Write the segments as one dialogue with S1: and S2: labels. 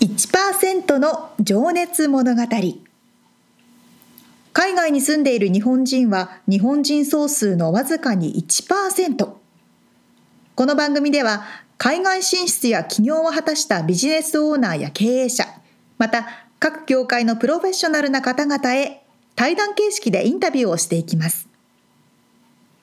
S1: 1%の情熱物語海外に住んでいる日本人は日本人総数のわずかに1%この番組では海外進出や起業を果たしたビジネスオーナーや経営者また各業界のプロフェッショナルな方々へ対談形式でインタビューをしていきます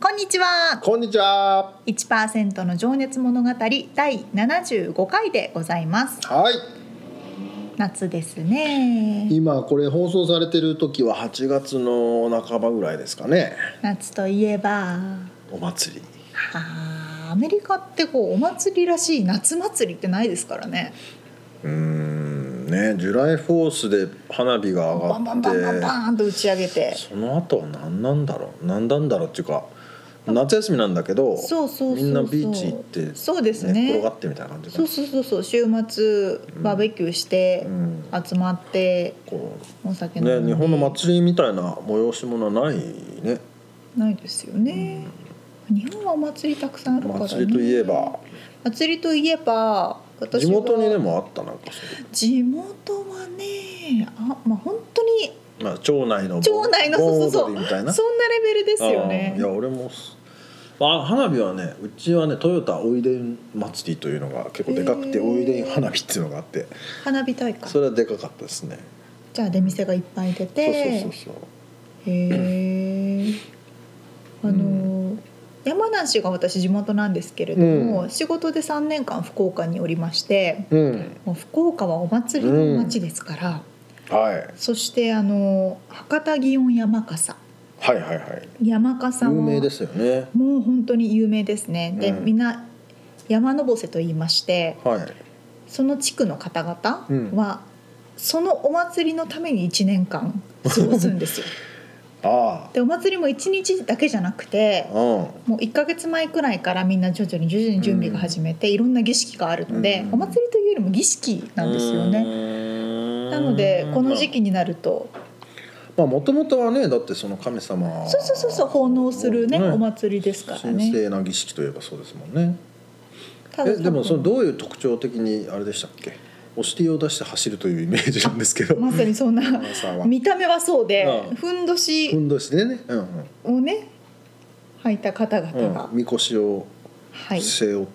S1: こんにちは
S2: こんにちは。
S1: 1%の情熱物語第75回でございます
S2: はい。
S1: 夏ですね
S2: 今これ放送されてる時は8月の半ばぐらいですかね。
S1: 夏といえば
S2: お祭り。
S1: あーアメリカってこうお祭りらしい夏祭りってないですからね
S2: うーんね、ジュライフォースで花火が
S1: バン
S2: 上
S1: バ
S2: が
S1: ン
S2: って
S1: バンバンバンと打ち上げて
S2: その後は何なんだろう何なんだろうっていうか夏休みなんだけど
S1: そうそうそうそう
S2: みんなビーチ行って、ね
S1: そうですね
S2: 転がってみたいな感じか
S1: そう
S2: な
S1: そうそうそう週末バーベキューして
S2: うん
S1: 集まって
S2: こ
S1: お酒
S2: う
S1: 飲んで、
S2: ね、日本の祭りみたいな催し物はないね
S1: ないですよね、日本はお祭りたくさんあるから、ね、
S2: 祭りといえば
S1: 祭りといえば私は
S2: 地元にでもあったなんかそういう
S1: 地元はねあまあ本当に
S2: まあ、町内の
S1: 町内の
S2: 盆
S1: そうそう
S2: 盆踊りみた
S1: そ
S2: いうな
S1: そんなレベルですよね
S2: あーいや俺もすあ花火はねうちはねトヨタおいでん祭りというのが結構でかくて、
S1: へー
S2: おいでん花火っていうのがあって
S1: 花火大会
S2: それはでかかったですね、
S1: じゃあ出店がいっぱい出て
S2: そうそうそうそう
S1: へえあ
S2: うん
S1: のー山梨が私地元なんですけれども、
S2: う
S1: 仕事で3年間福岡におりまして
S2: うん
S1: もう福岡はお祭りの街ですから、
S2: はい、
S1: そしてあのー博多祇園山笠
S2: はいはいはい
S1: 山笠
S2: 有
S1: は
S2: 名ですよね
S1: もう本当に有名ですねで、
S2: うん
S1: みんな山のぼせと言いまして
S2: はい
S1: その地区の方々
S2: うん
S1: は、そのお祭りのために1年間過ごすんです よ
S2: あ
S1: でお祭りも1日だけじゃなくて
S2: あうん
S1: もう1ヶ月前くらいからみんな徐々に徐々に準備が始めて、いろんな儀式があるので、
S2: うん
S1: お祭りというよりも儀式なんですよね。
S2: ね
S1: なのでこの時期になると
S2: まあもともとはねだってその神様
S1: そうそうそうそう奉納するねお祭りですから
S2: 神
S1: ね。
S2: 聖な儀式といえばそうですもんね
S1: ただ
S2: えでもそのどういう特徴的にあれでしたっけお尻を出して走るというイメージなんですけど
S1: まさにそんな
S2: 皆さんは
S1: 見た目はそうで
S2: うん
S1: ふんどし
S2: ふんどしでね、うんうん
S1: をね履いた方々
S2: うん
S1: が、、
S2: みこしを
S1: はい
S2: 背負っ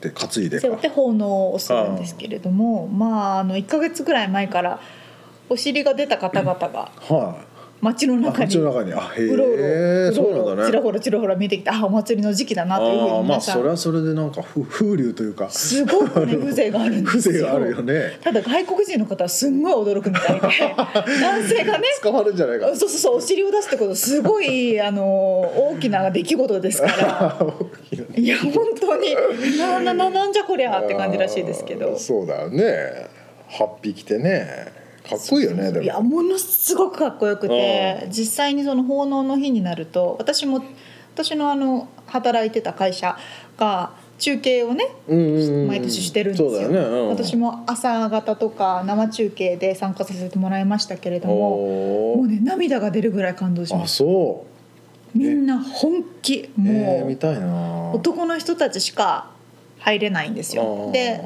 S2: て担いでか
S1: 背負って奉納をするんですけれどもまああの1か月ぐらい前からお尻が出た方々が
S2: は
S1: 街の
S2: い、あ
S1: 中に
S2: 口
S1: う
S2: の
S1: ろ
S2: 中にあへ
S1: うろ
S2: え
S1: う
S2: そう
S1: ろ
S2: なんだ
S1: ちら
S2: ね
S1: ほらちらほら見てきてあお祭りの時期だな
S2: あ
S1: というふうに
S2: ーま
S1: 皆
S2: あ
S1: さ
S2: それ
S1: ん
S2: はそれでなんかふ風流というか
S1: すごく ね風情があるんです
S2: 風
S1: よ
S2: 情があるよね
S1: ただ外国人の方はすんごい驚くみ たいで男性がね
S2: 捕まるんじゃないか
S1: そうそうそうお尻を出すってことすごいあの大きな出来事ですから。 いや本当にななななんじゃこりゃって感じらしいですけ
S2: あー
S1: ど。
S2: そうだよねハッピー着てねかっこいいよねで
S1: いやも
S2: も
S1: のすごくかっこよくて実際にその奉納の日になると私も私のあの働いてた会社が中継をね毎
S2: 毎
S1: 年してるんですよ,、
S2: そうだよね、うん、
S1: 私も朝方とか生中継で参加させてもらいましたけれども
S2: おー
S1: もうね涙が出るぐらい感動しま
S2: あ
S1: す
S2: そ
S1: みんな本気
S2: うえー、
S1: も
S2: 見
S1: う
S2: たいな
S1: 男の人たちしか入れないんですよで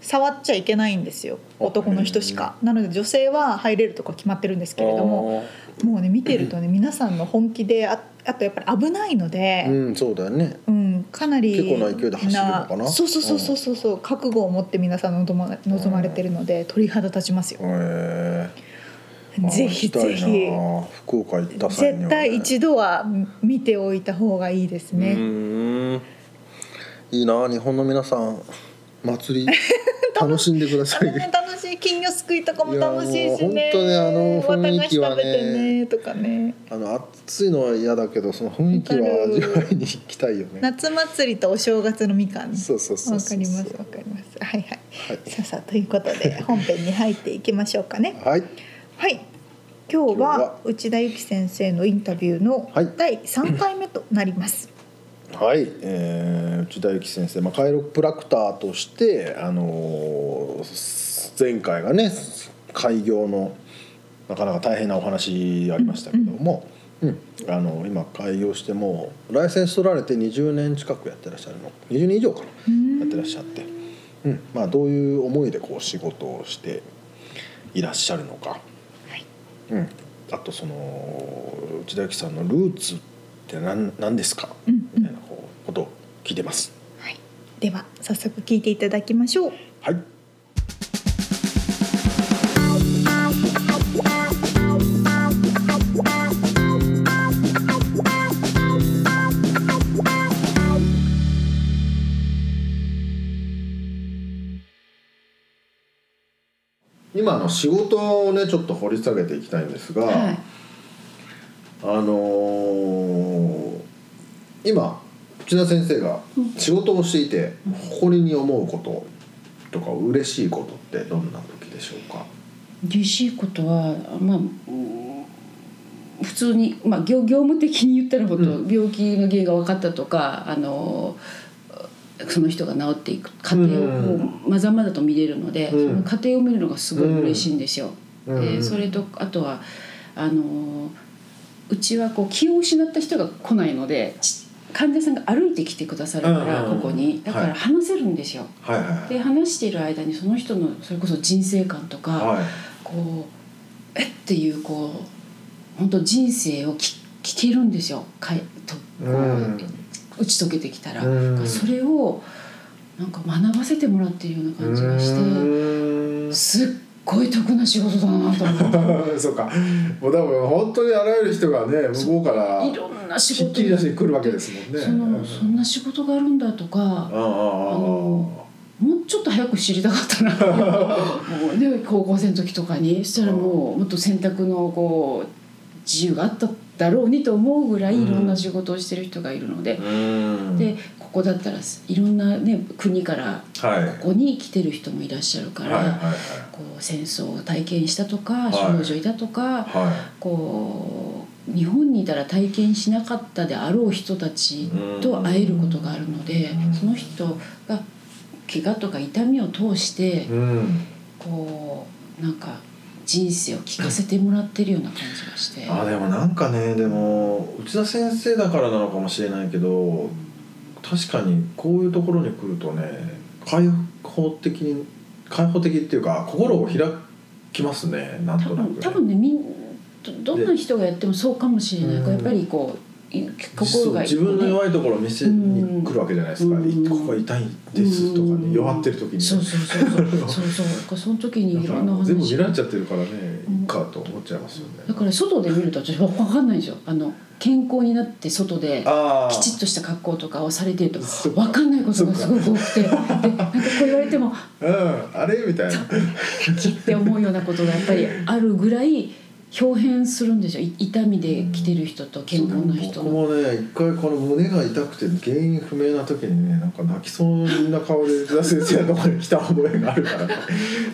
S1: 触っちゃいけないんですよ
S2: あ
S1: 男の人しかなので女性は入れるとか決まってるんですけれども
S2: も
S1: もうね見てるとね皆さんの本気でああとやっぱり危ないの
S2: う
S1: で、
S2: んそうだよね
S1: うんかなり
S2: 結構な勢いで走るのかな
S1: みんそうそうそうそうそうそう覚悟を持って皆さん望ま望まれてるので鳥肌立ちますよ、
S2: へえ
S1: ぜひぜひ、
S2: 福岡行った
S1: 絶
S2: 際には、ね、
S1: 対一度は見ておいた方がいいです
S2: う
S1: ね、
S2: ーん いいな日本の皆さん祭り楽しんでください
S1: 楽しいね金魚すくいとかも楽しいしね
S2: いやもう本当ねあの雰囲気は
S1: 綿菓
S2: ね
S1: 子食べてねとかね
S2: あの暑いのは嫌だけどその雰囲気は味わいに行きたいよね。
S1: 夏祭りとお正月のみかんね
S2: そうそうそう
S1: わ
S2: そ
S1: か
S2: う
S1: りますわかりますはいはい
S2: はい
S1: さあさあということで本編に入っていきましょうかね
S2: はい
S1: はい今日
S2: 今日
S1: は
S2: は
S1: 内田有紀先生のインタビューの
S2: はい
S1: 第3回目となります、
S2: はい、えー、内田有紀先生、まあ、カイロプラクターとして、あのー前回がね開業のなかなか大変なお話ありましたけども、うんあの今開業してもうライセンス取られて20年近くやってらっしゃるの20年以上かな
S1: うん
S2: やってらっしゃって、うんまあ、どういう思いでこう仕事をしていらっしゃるのか。
S1: はい
S2: うん、あとその内田有紀さんのルーツって何何ですか、
S1: うんうん
S2: みたいなこうことを聞いてます。
S1: はい、では早速聞いていただきましょう
S2: はい今の仕事をねちょっと掘り下げていきたいんですが、
S1: はい
S2: あのー今内田先生が仕事をしていて誇りに思うこととか嬉しいことってどんな時でしょうか
S3: 嬉しいことはまあうん普通に、まあ、業業務的に言ったらほと、
S2: う
S3: 病気の原因が分かったとかあのその人が治っていく過程を
S2: うん
S3: こうまざまざと見れるので、
S2: うん
S3: その過程を見るのがすごい嬉しいんですよ。
S2: うんう
S3: で
S2: ん
S3: それとあとはあのうちはこう気を失った人が来ないのでち患者さんが歩いてきてくださるから、
S2: うんうんうん
S3: ここにだか
S2: は
S3: ら
S2: い
S3: 話せるんですよ。
S2: はいは
S3: で話している間にその人のそれこそ人生観とか、
S2: はい
S3: こうえっていうこう本当人生をき聞けるんですよかいとこう、
S2: うん
S3: 打ち解けてきたら、
S2: うん
S3: それをなんか学ばせてもらってるような感じがして、
S2: うーん
S3: すっごい得な仕事だなと思って。
S2: そうかもう多分本当にあらゆる人がね向こうから
S3: いろんな仕
S2: ひっ
S3: 事
S2: きり出してくるわけですもんね。
S3: そのそんな仕事があるんだとか
S2: あああ
S3: のもうちょっと早く知りたかっ たなもう、ね、高校生の時とかにそしたらもうもっと選択のこう自由があっただろうにと思うぐらい
S2: うん
S3: いろんな仕事をしてる人がいるので
S2: あ、うん
S3: でここだったらいろんな、ね、国から
S2: はい
S3: ここに来てる人もいらっしゃるから、
S2: はいはいはい
S3: こう戦争を体験したとか
S2: い
S3: 少女いたとか、
S2: はい
S3: こう日本にいたら体験しなかったであろう人たちと会えることがあるので、
S2: うん
S3: その人が怪我とか痛みを通して、
S2: うん
S3: こうなんか人生を聞かせてもらってるような感じがして。
S2: あでもなんかねでも内田先生だからなのかもしれないけど確かにこういうところに来るとね開放的に開放的っていうか心を開きますねなん
S3: 多
S2: となく、
S3: 分多分ねみんどどんな人がやってもそうかもしれない
S2: うん
S3: やっぱりこうい心が、ね、
S2: 自分の弱いところを見せに来るわけじゃないですか「
S3: うん
S2: いここが痛いです」とか
S3: うん
S2: ね弱ってる時にね
S3: そうそうそうそうそうそうだからその時にい
S2: だ
S3: ろ
S2: か
S3: んな
S2: ら
S3: 話
S2: 全部見られちゃってるからね
S3: うん
S2: いいかと思っちゃいますよね。
S3: だから外で見ると私分かんないんですよあの健康になって外で
S2: あー
S3: きちっとした格好とかをされてると
S2: そっか
S3: 分かんないことがすごく多くてでなんかこう言われても
S2: うんあれみたいな。
S3: キッて思うようなことがやっぱりあるぐらい表変するんですよい痛みで来てる人と健康な人
S2: 僕
S3: の。
S2: もね一回この胸が痛くて原因不明な時にねなんか泣きそうな顔で内田先生のとこに来た覚えがあるから、ね、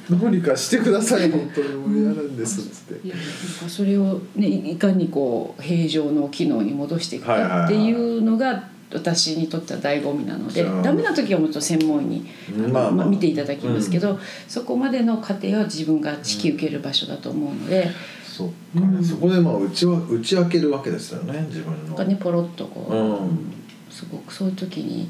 S2: どうにかしてください本当にもう嫌なんですっつって
S3: いやなんかそれを、ね、いいかにこう平常の機能に戻していく
S2: はいはいはい
S3: かっていうのが私にとっては醍醐味なので、
S2: そう
S3: ダメな時はもっと専門医に、
S2: まあまあ
S3: 見ていただきますけど、そこまでの過程は自分が引き受ける場所だと思うので、
S2: そっかね、
S3: うん
S2: そこでまあ打ちは打ち明けるわけですよね自分
S3: な
S2: の
S3: んかねポロッとこう、
S2: うん
S3: うんすごくそういう時に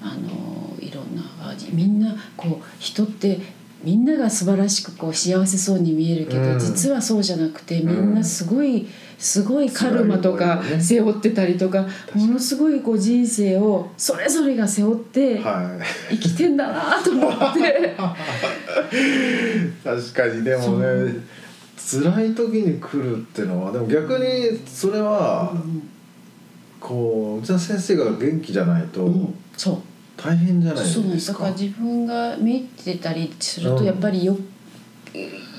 S3: あのいろんなあみんなこう人ってみんなが素晴らしくこう幸せそうに見えるけど、
S2: うん
S3: 実はそうじゃなくてみん
S2: うん
S3: なすごい、すごいカルマと
S2: 辛い
S3: か
S2: 思いをね
S3: 背負ってたりとか
S2: かに
S3: ものすごいこう人生をそれぞれが背負って
S2: は
S3: 生きてんだなと 思って。
S2: い確かにでもね辛い時に来るってのはでも逆にそれは、
S3: うん
S2: こう内田先生が元気じゃないと
S3: うんそう
S2: 大変じゃない
S3: そうなん
S2: で
S3: です
S2: す
S3: だ
S2: か
S3: から自分が見てたりする
S2: う
S3: と
S2: ん
S3: やっぱりよ、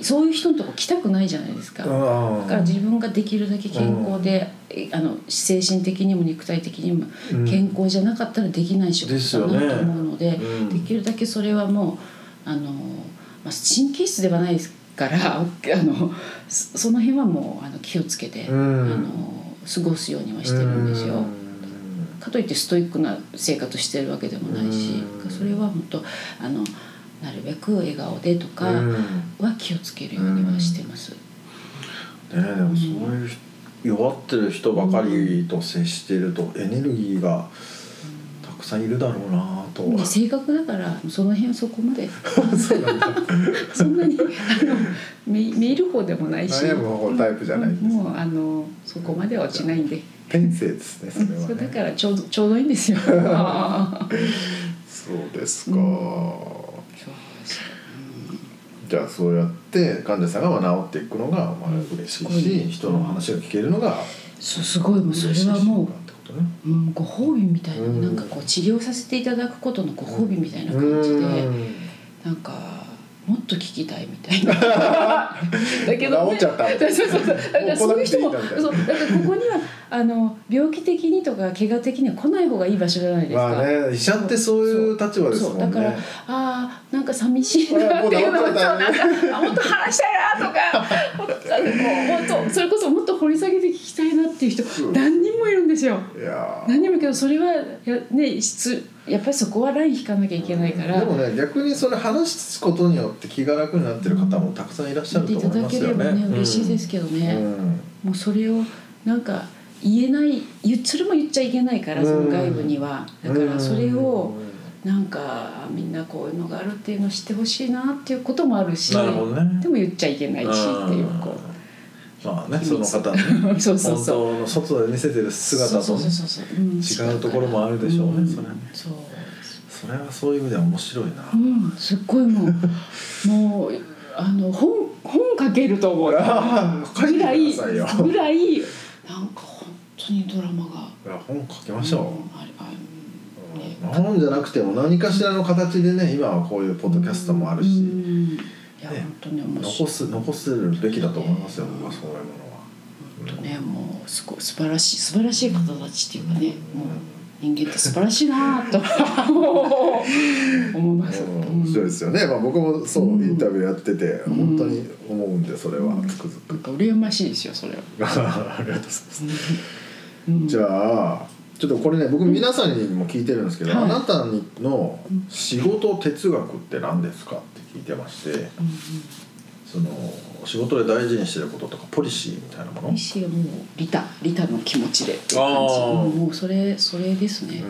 S3: そういう人のとこ来たくないじゃないですか。だから自分ができるだけ健康で、あの精神的にも肉体的にも健康じゃなかったらできない仕事だなと思うので、
S2: ですよねうん
S3: できるだけそれはもうあの、まあ、神経質ではないですからあのそその辺はもうあの気をつけて、
S2: うん
S3: あの過ごすようにはしてるんですよ。かといってストイックな生活してるわけでもないし、
S2: うん
S3: それは本当あのなるべく笑顔でとか
S2: うん
S3: は気をつけるようにはしてます。
S2: ねでもそういう人弱ってる人ばかりと接してるとエネルギーがたくさんいるだろうなと。
S3: で性格だからその辺はそこまでそんなにあの見見る方でもないし
S2: 悩む方タイプじゃないんですね
S3: もうあのそこまでは落ちないんで
S2: 天性ですねそれは
S3: そうだ
S2: ね。
S3: からちょうどちょうどいいんですよ
S2: そうですか。
S3: そう
S2: じゃあそうやって患者さんがまあ治っていくのがまあ嬉しいし、人の話が聞けるのが
S3: そうすごいもうそ
S2: 嬉しい
S3: れ
S2: し
S3: はもう
S2: なんてことね。
S3: うん、ご褒美みたいな、
S2: うん
S3: なんかこう治療させていただくことのご褒美みたいな感じで、
S2: うん
S3: なんかもっと聞きたいみた いなだけど、
S2: 治っちゃった
S3: そうそうそうだから
S2: もう来
S3: そ
S2: な
S3: ういう
S2: くて
S3: 人
S2: いいんだ
S3: も
S2: みたいな
S3: そうだからここにはあの病気的にとか怪我的には来ない方がいい場所じゃないですか、
S2: まあね医者ってそういう立場ですも
S3: そ
S2: ん
S3: う
S2: ね。
S3: だからあーなんか寂しい
S2: あ
S3: な
S2: もう
S3: って
S2: 治っち
S3: いうのも
S2: ゃ
S3: そ
S2: った
S3: うな
S2: ね
S3: んかあもっと話したいなと かもっとあのこうもっとそれこそもっと掘り下げて聞きたいなっていう人
S2: そう
S3: 何人もいるんですよ。
S2: いやー
S3: 何でもいいけどそれはやね質やっぱりそこはライン引かなきゃいけないから、
S2: でもね逆にそれ話すことによって気が楽になってる方もたくさんいらっしゃ
S3: 言っ
S2: る
S3: て
S2: と
S3: いた
S2: 思い
S3: だ
S2: ます
S3: けれ
S2: よね。
S3: ばね、嬉しいですけど
S2: うん
S3: ね、
S2: うん
S3: もうそれをなんか言えない言それも言っちゃいけないから、その外部にはだからそれをなんかみんなこういうのがあるっていうのを知ってほしいなっていうこともあるし
S2: なるほどね
S3: でも言っちゃいけないしっていう
S2: う
S3: こ
S2: んまあねその方のね
S3: うそうそう
S2: 本
S3: そう
S2: 当の外で見せてる姿とね
S3: そうそうそうそう、うん
S2: 違うところもあるでしょうね
S3: ん
S2: それはね
S3: そう
S2: それはそういう意味では面白いな。
S3: うん、すっごいもうもうあの本本書けると思うぐ
S2: あー書いてく
S3: らい
S2: ださいよ
S3: ぐらいなんか本当にドラマが
S2: いや本書きましょう。
S3: んあれあうんね
S2: 本じゃなくても何かしらの形でね今はこういうポッドキャストもあるし、
S3: うんいや、
S2: ね
S3: 本当に面白
S2: 残
S3: い
S2: す残すべきだと思いますよ僕はそういうものは。
S3: 本当ねもうすごい素晴らしい素晴らしい方たちっていうかね、もう人間って素晴らしいな ぁと思います、
S2: うん面白いですよね、まあ、僕もそうインタビューやってて
S3: ん
S2: 本当に思うんでそれはつくづ
S3: なん
S2: く
S3: か羨ましいですよそれは、
S2: ありがとうございます
S3: うん
S2: じゃあちょっとこれね僕皆さんにも聞いてるんですけど、
S3: はい
S2: あなたの仕事哲学って何ですかって聞いてまして
S3: うんうん
S2: その仕事で大事にしてることとかポリシーみたいなもの
S3: 西はもうリタリタの気持ちでっていう感
S2: あ
S3: じ
S2: ー
S3: うんもうそれそれですね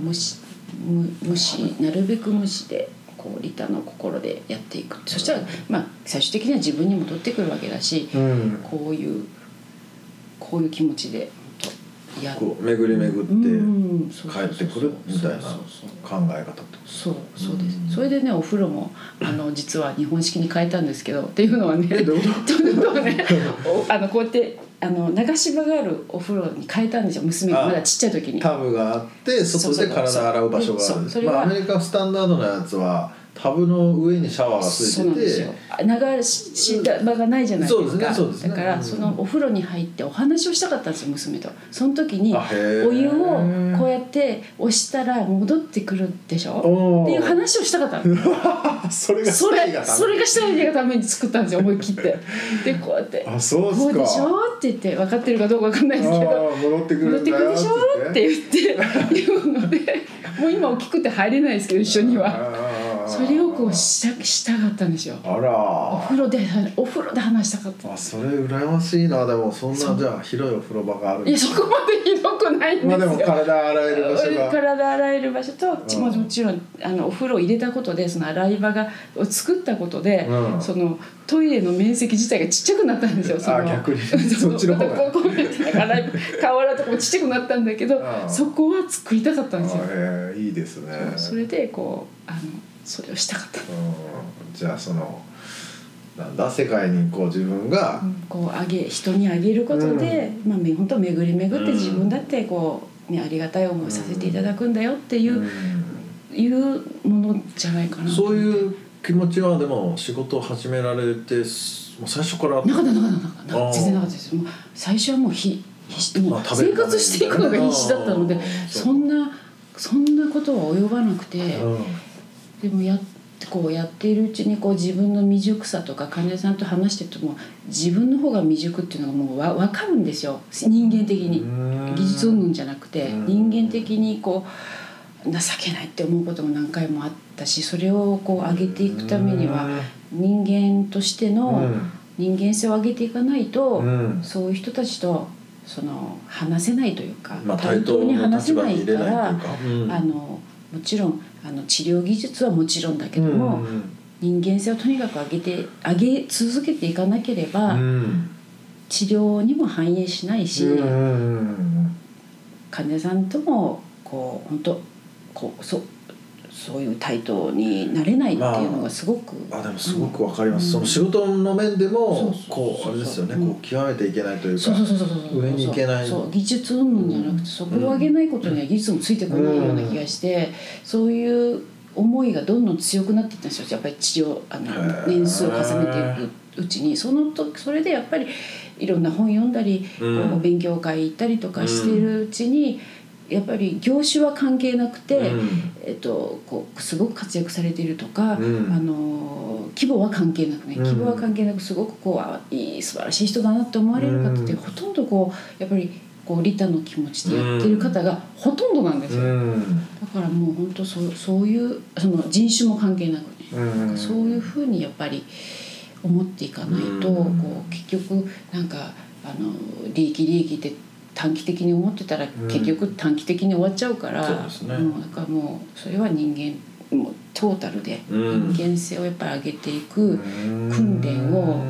S2: うん
S3: もう無視無無視なるべく無視でこうリタの心でやっていくそしたら、まあ、最終的には自分に戻ってくるわけだし
S2: うん
S3: こういうこういう気持ちで本当や
S2: こう巡り巡って帰ってくるみたいな
S3: そう
S2: 考え方
S3: そうそう
S2: ってこと
S3: そうそうです、
S2: うん
S3: それでねお風呂もあの実は日本式に変えたんですけどっていうのはね
S2: えどういうこ
S3: ということはねおあのこうやってあの流し場があるお風呂に変えたんですよ娘がまだちっちゃい時に。
S2: タブがあって
S3: そ
S2: 外
S3: うそう
S2: で体洗う場所があ
S3: そうそ
S2: る
S3: れは
S2: まあアメリカスタンダードなやつはタブの上にシャワーがつ
S3: そうないん
S2: て
S3: です
S2: て
S3: よ流し場がないじゃないですか
S2: そうですねそうですね
S3: だから
S2: うん
S3: そのお風呂に入ってお話をしたかったんですよ娘とその時に
S2: あへー
S3: お湯をこうやって押したら戻ってくるでしょ
S2: おー
S3: っていう話をしたかったの
S2: それが
S3: そ
S2: スタイ
S3: れ
S2: が
S3: それがしたいがために作ったんですよ思い切ってでこうやって「
S2: あそうっ
S3: こ
S2: す
S3: う
S2: か
S3: でしょ?」って言って分かってるかどうか分かんないですけど
S2: あー戻ってく
S3: 戻
S2: る
S3: っ
S2: ん
S3: て
S2: だ
S3: くる
S2: よ
S3: でしょって言って言うのでもう今大きくて入れないですけど一緒には
S2: は
S3: それをこうしたしたかったんですよ
S2: あ
S3: お
S2: ら
S3: 風呂でお風呂で話したかった
S2: あそれ羨ましいなでもそん
S3: そ
S2: な
S3: う
S2: じゃあ広いお風呂場がある
S3: いやそこまでひどくないんですよ、
S2: まあでも体洗える場所が
S3: 体洗える場所と、
S2: うん
S3: もちろんあのお風呂を入れたことでその洗い場がを作ったことで、
S2: うん
S3: そのトイレの面積自体がちっちゃくなったんですよ その
S2: あ逆に
S3: う
S2: そっちの方が
S3: こうこうやってなんか洗 い顔洗うとこもちっちゃくなったんだけど、
S2: うん
S3: そこは作りたかったんですよ、
S2: あへえいいですね
S3: それでこうあのそれをしたかった、
S2: うんじゃあそのなんだ世界にこう自分が
S3: こうあげ人にあげることで、まあめ本当巡り巡って
S2: うん
S3: 自分だってこう、ね、ありがたい思いさせていただくんだよっていうう、
S2: ん
S3: いうものじゃないかな
S2: そういう気持ちはでも仕事を始められてすもう最初から
S3: なかったなかったなかった
S2: あー
S3: 全然なかったですもう最初はもうひひも
S2: ま
S3: う
S2: あ食べ
S3: 生
S2: るために
S3: 活していくのが必死だったの
S2: あ
S3: で
S2: ー
S3: そんなそんなことは及ばなくて
S2: うん
S3: でもやこうやっているうちにこう自分の未熟さとか患者さんと話してても自分の方が未熟っていうのがもうわ分かるんですよ人間的に
S2: うん
S3: 技術云々じゃなくて
S2: うん
S3: 人間的にこう情けないって思うことも何回もあったしそれをこう上げていくためには人間として
S2: う
S3: の
S2: ん
S3: 人間性を上げていかないと
S2: うん
S3: そういう人たちとその話せないというか
S2: まあ
S3: 対
S2: 対
S3: 等
S2: 等
S3: に
S2: の
S3: 話せ
S2: 立場
S3: な
S2: に
S3: い
S2: 入
S3: か
S2: れない
S3: ら。
S2: というか
S3: あのもちろんあの治療技術はもちろんだけ
S2: う
S3: ど
S2: ん
S3: も、人間性をとにかく上げて上げ続けていかなければ、
S2: うん
S3: 治療にも反映しないし、
S2: うんうん
S3: 患者さんともこう本当こうそそういう対等になれないっていうのがすごく、
S2: あでもすごくわかります、
S3: うん
S2: その仕事の面で
S3: そう
S2: も
S3: そう
S2: こうあれですよね、
S3: うん
S2: こう極めていけないという
S3: そ
S2: か
S3: うそうそうそうそう
S2: 上に行けない
S3: そう技術云々じゃなくてそこを上げないことには技術もついてこないような気がして、そういう思いがどんどん強くなっていったんですよやっぱり治療あ
S2: へー
S3: の年数を重ねていくうちにそのとそれでやっぱりいろんな本読んだり、
S2: うん
S3: こう勉強会行ったりとかしてるうちに、やっぱり業種は関係なくて。
S2: うん
S3: えっと、こうすごく活躍されているとか、
S2: うん
S3: あの規模は関係なくね
S2: うん
S3: 規模は関係なくすごくこうあいい素晴らしい人だなって思われる方って、
S2: うん
S3: ほとんどこうやっぱりこう利他の気持ちでやってる方がほとんどなんですよ、
S2: うん
S3: だからもう本当そうそういうその人種も関係なくね、
S2: うん
S3: そういうふうにやっぱり思っていかないと、
S2: うん
S3: こう結局なんかあの利益利益って短期的に思ってたら
S2: ん
S3: 結局短期的に終わっちゃうから、
S2: そうですね
S3: もうだからもうそれは人間もうトータルで
S2: うん
S3: 人間性をやっぱり上げていく、訓練を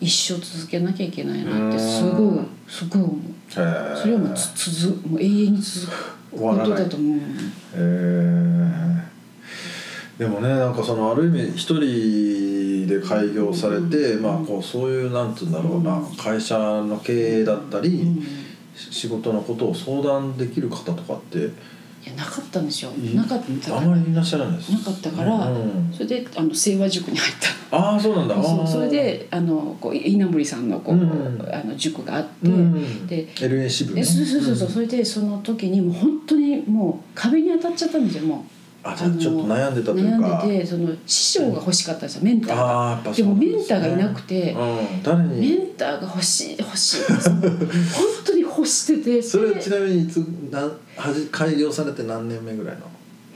S3: 一生続けなきゃいけないなってすごい、
S2: うん
S3: すごい思う。
S2: それ
S3: それはもうつ続もう永遠に続く
S2: 終わらな
S3: こ
S2: い
S3: とだと思う。
S2: えーでもねなんかそのある意味一人で開業されて、
S3: うん
S2: まあこうそういうなんて言うんだろうな、
S3: うん
S2: 会社の経営だったり、
S3: うん
S2: し仕事のことを相談できる方とかって
S3: いやなかったんですよ。なかった
S2: あ
S3: から
S2: まりいらっしゃらないです
S3: なかったから
S2: うん
S3: それであの清和塾に入った
S2: ああそうなんだあ
S3: そ
S2: ー
S3: うそれであのこう稲森さんのこう、
S2: うん
S3: あの塾があっ
S2: う
S3: て、
S2: ん
S3: で
S2: LA 支部ね
S3: えそうそうそうそう、それでその時にもう本当にもう壁に当たっちゃったんですよもう
S2: あじゃあちょっと悩んでたという
S3: 悩
S2: か
S3: んでてその師匠が欲しかったんですよメンターが
S2: ああやっぱ
S3: でも
S2: そう
S3: メ
S2: なん
S3: ンターがいなくて、
S2: うん、誰
S3: メ
S2: に
S3: ンターが欲しい欲しい本当に欲して て
S2: それ
S3: で
S2: ちなみにいつなんはじ開業されて何年目ぐらいなの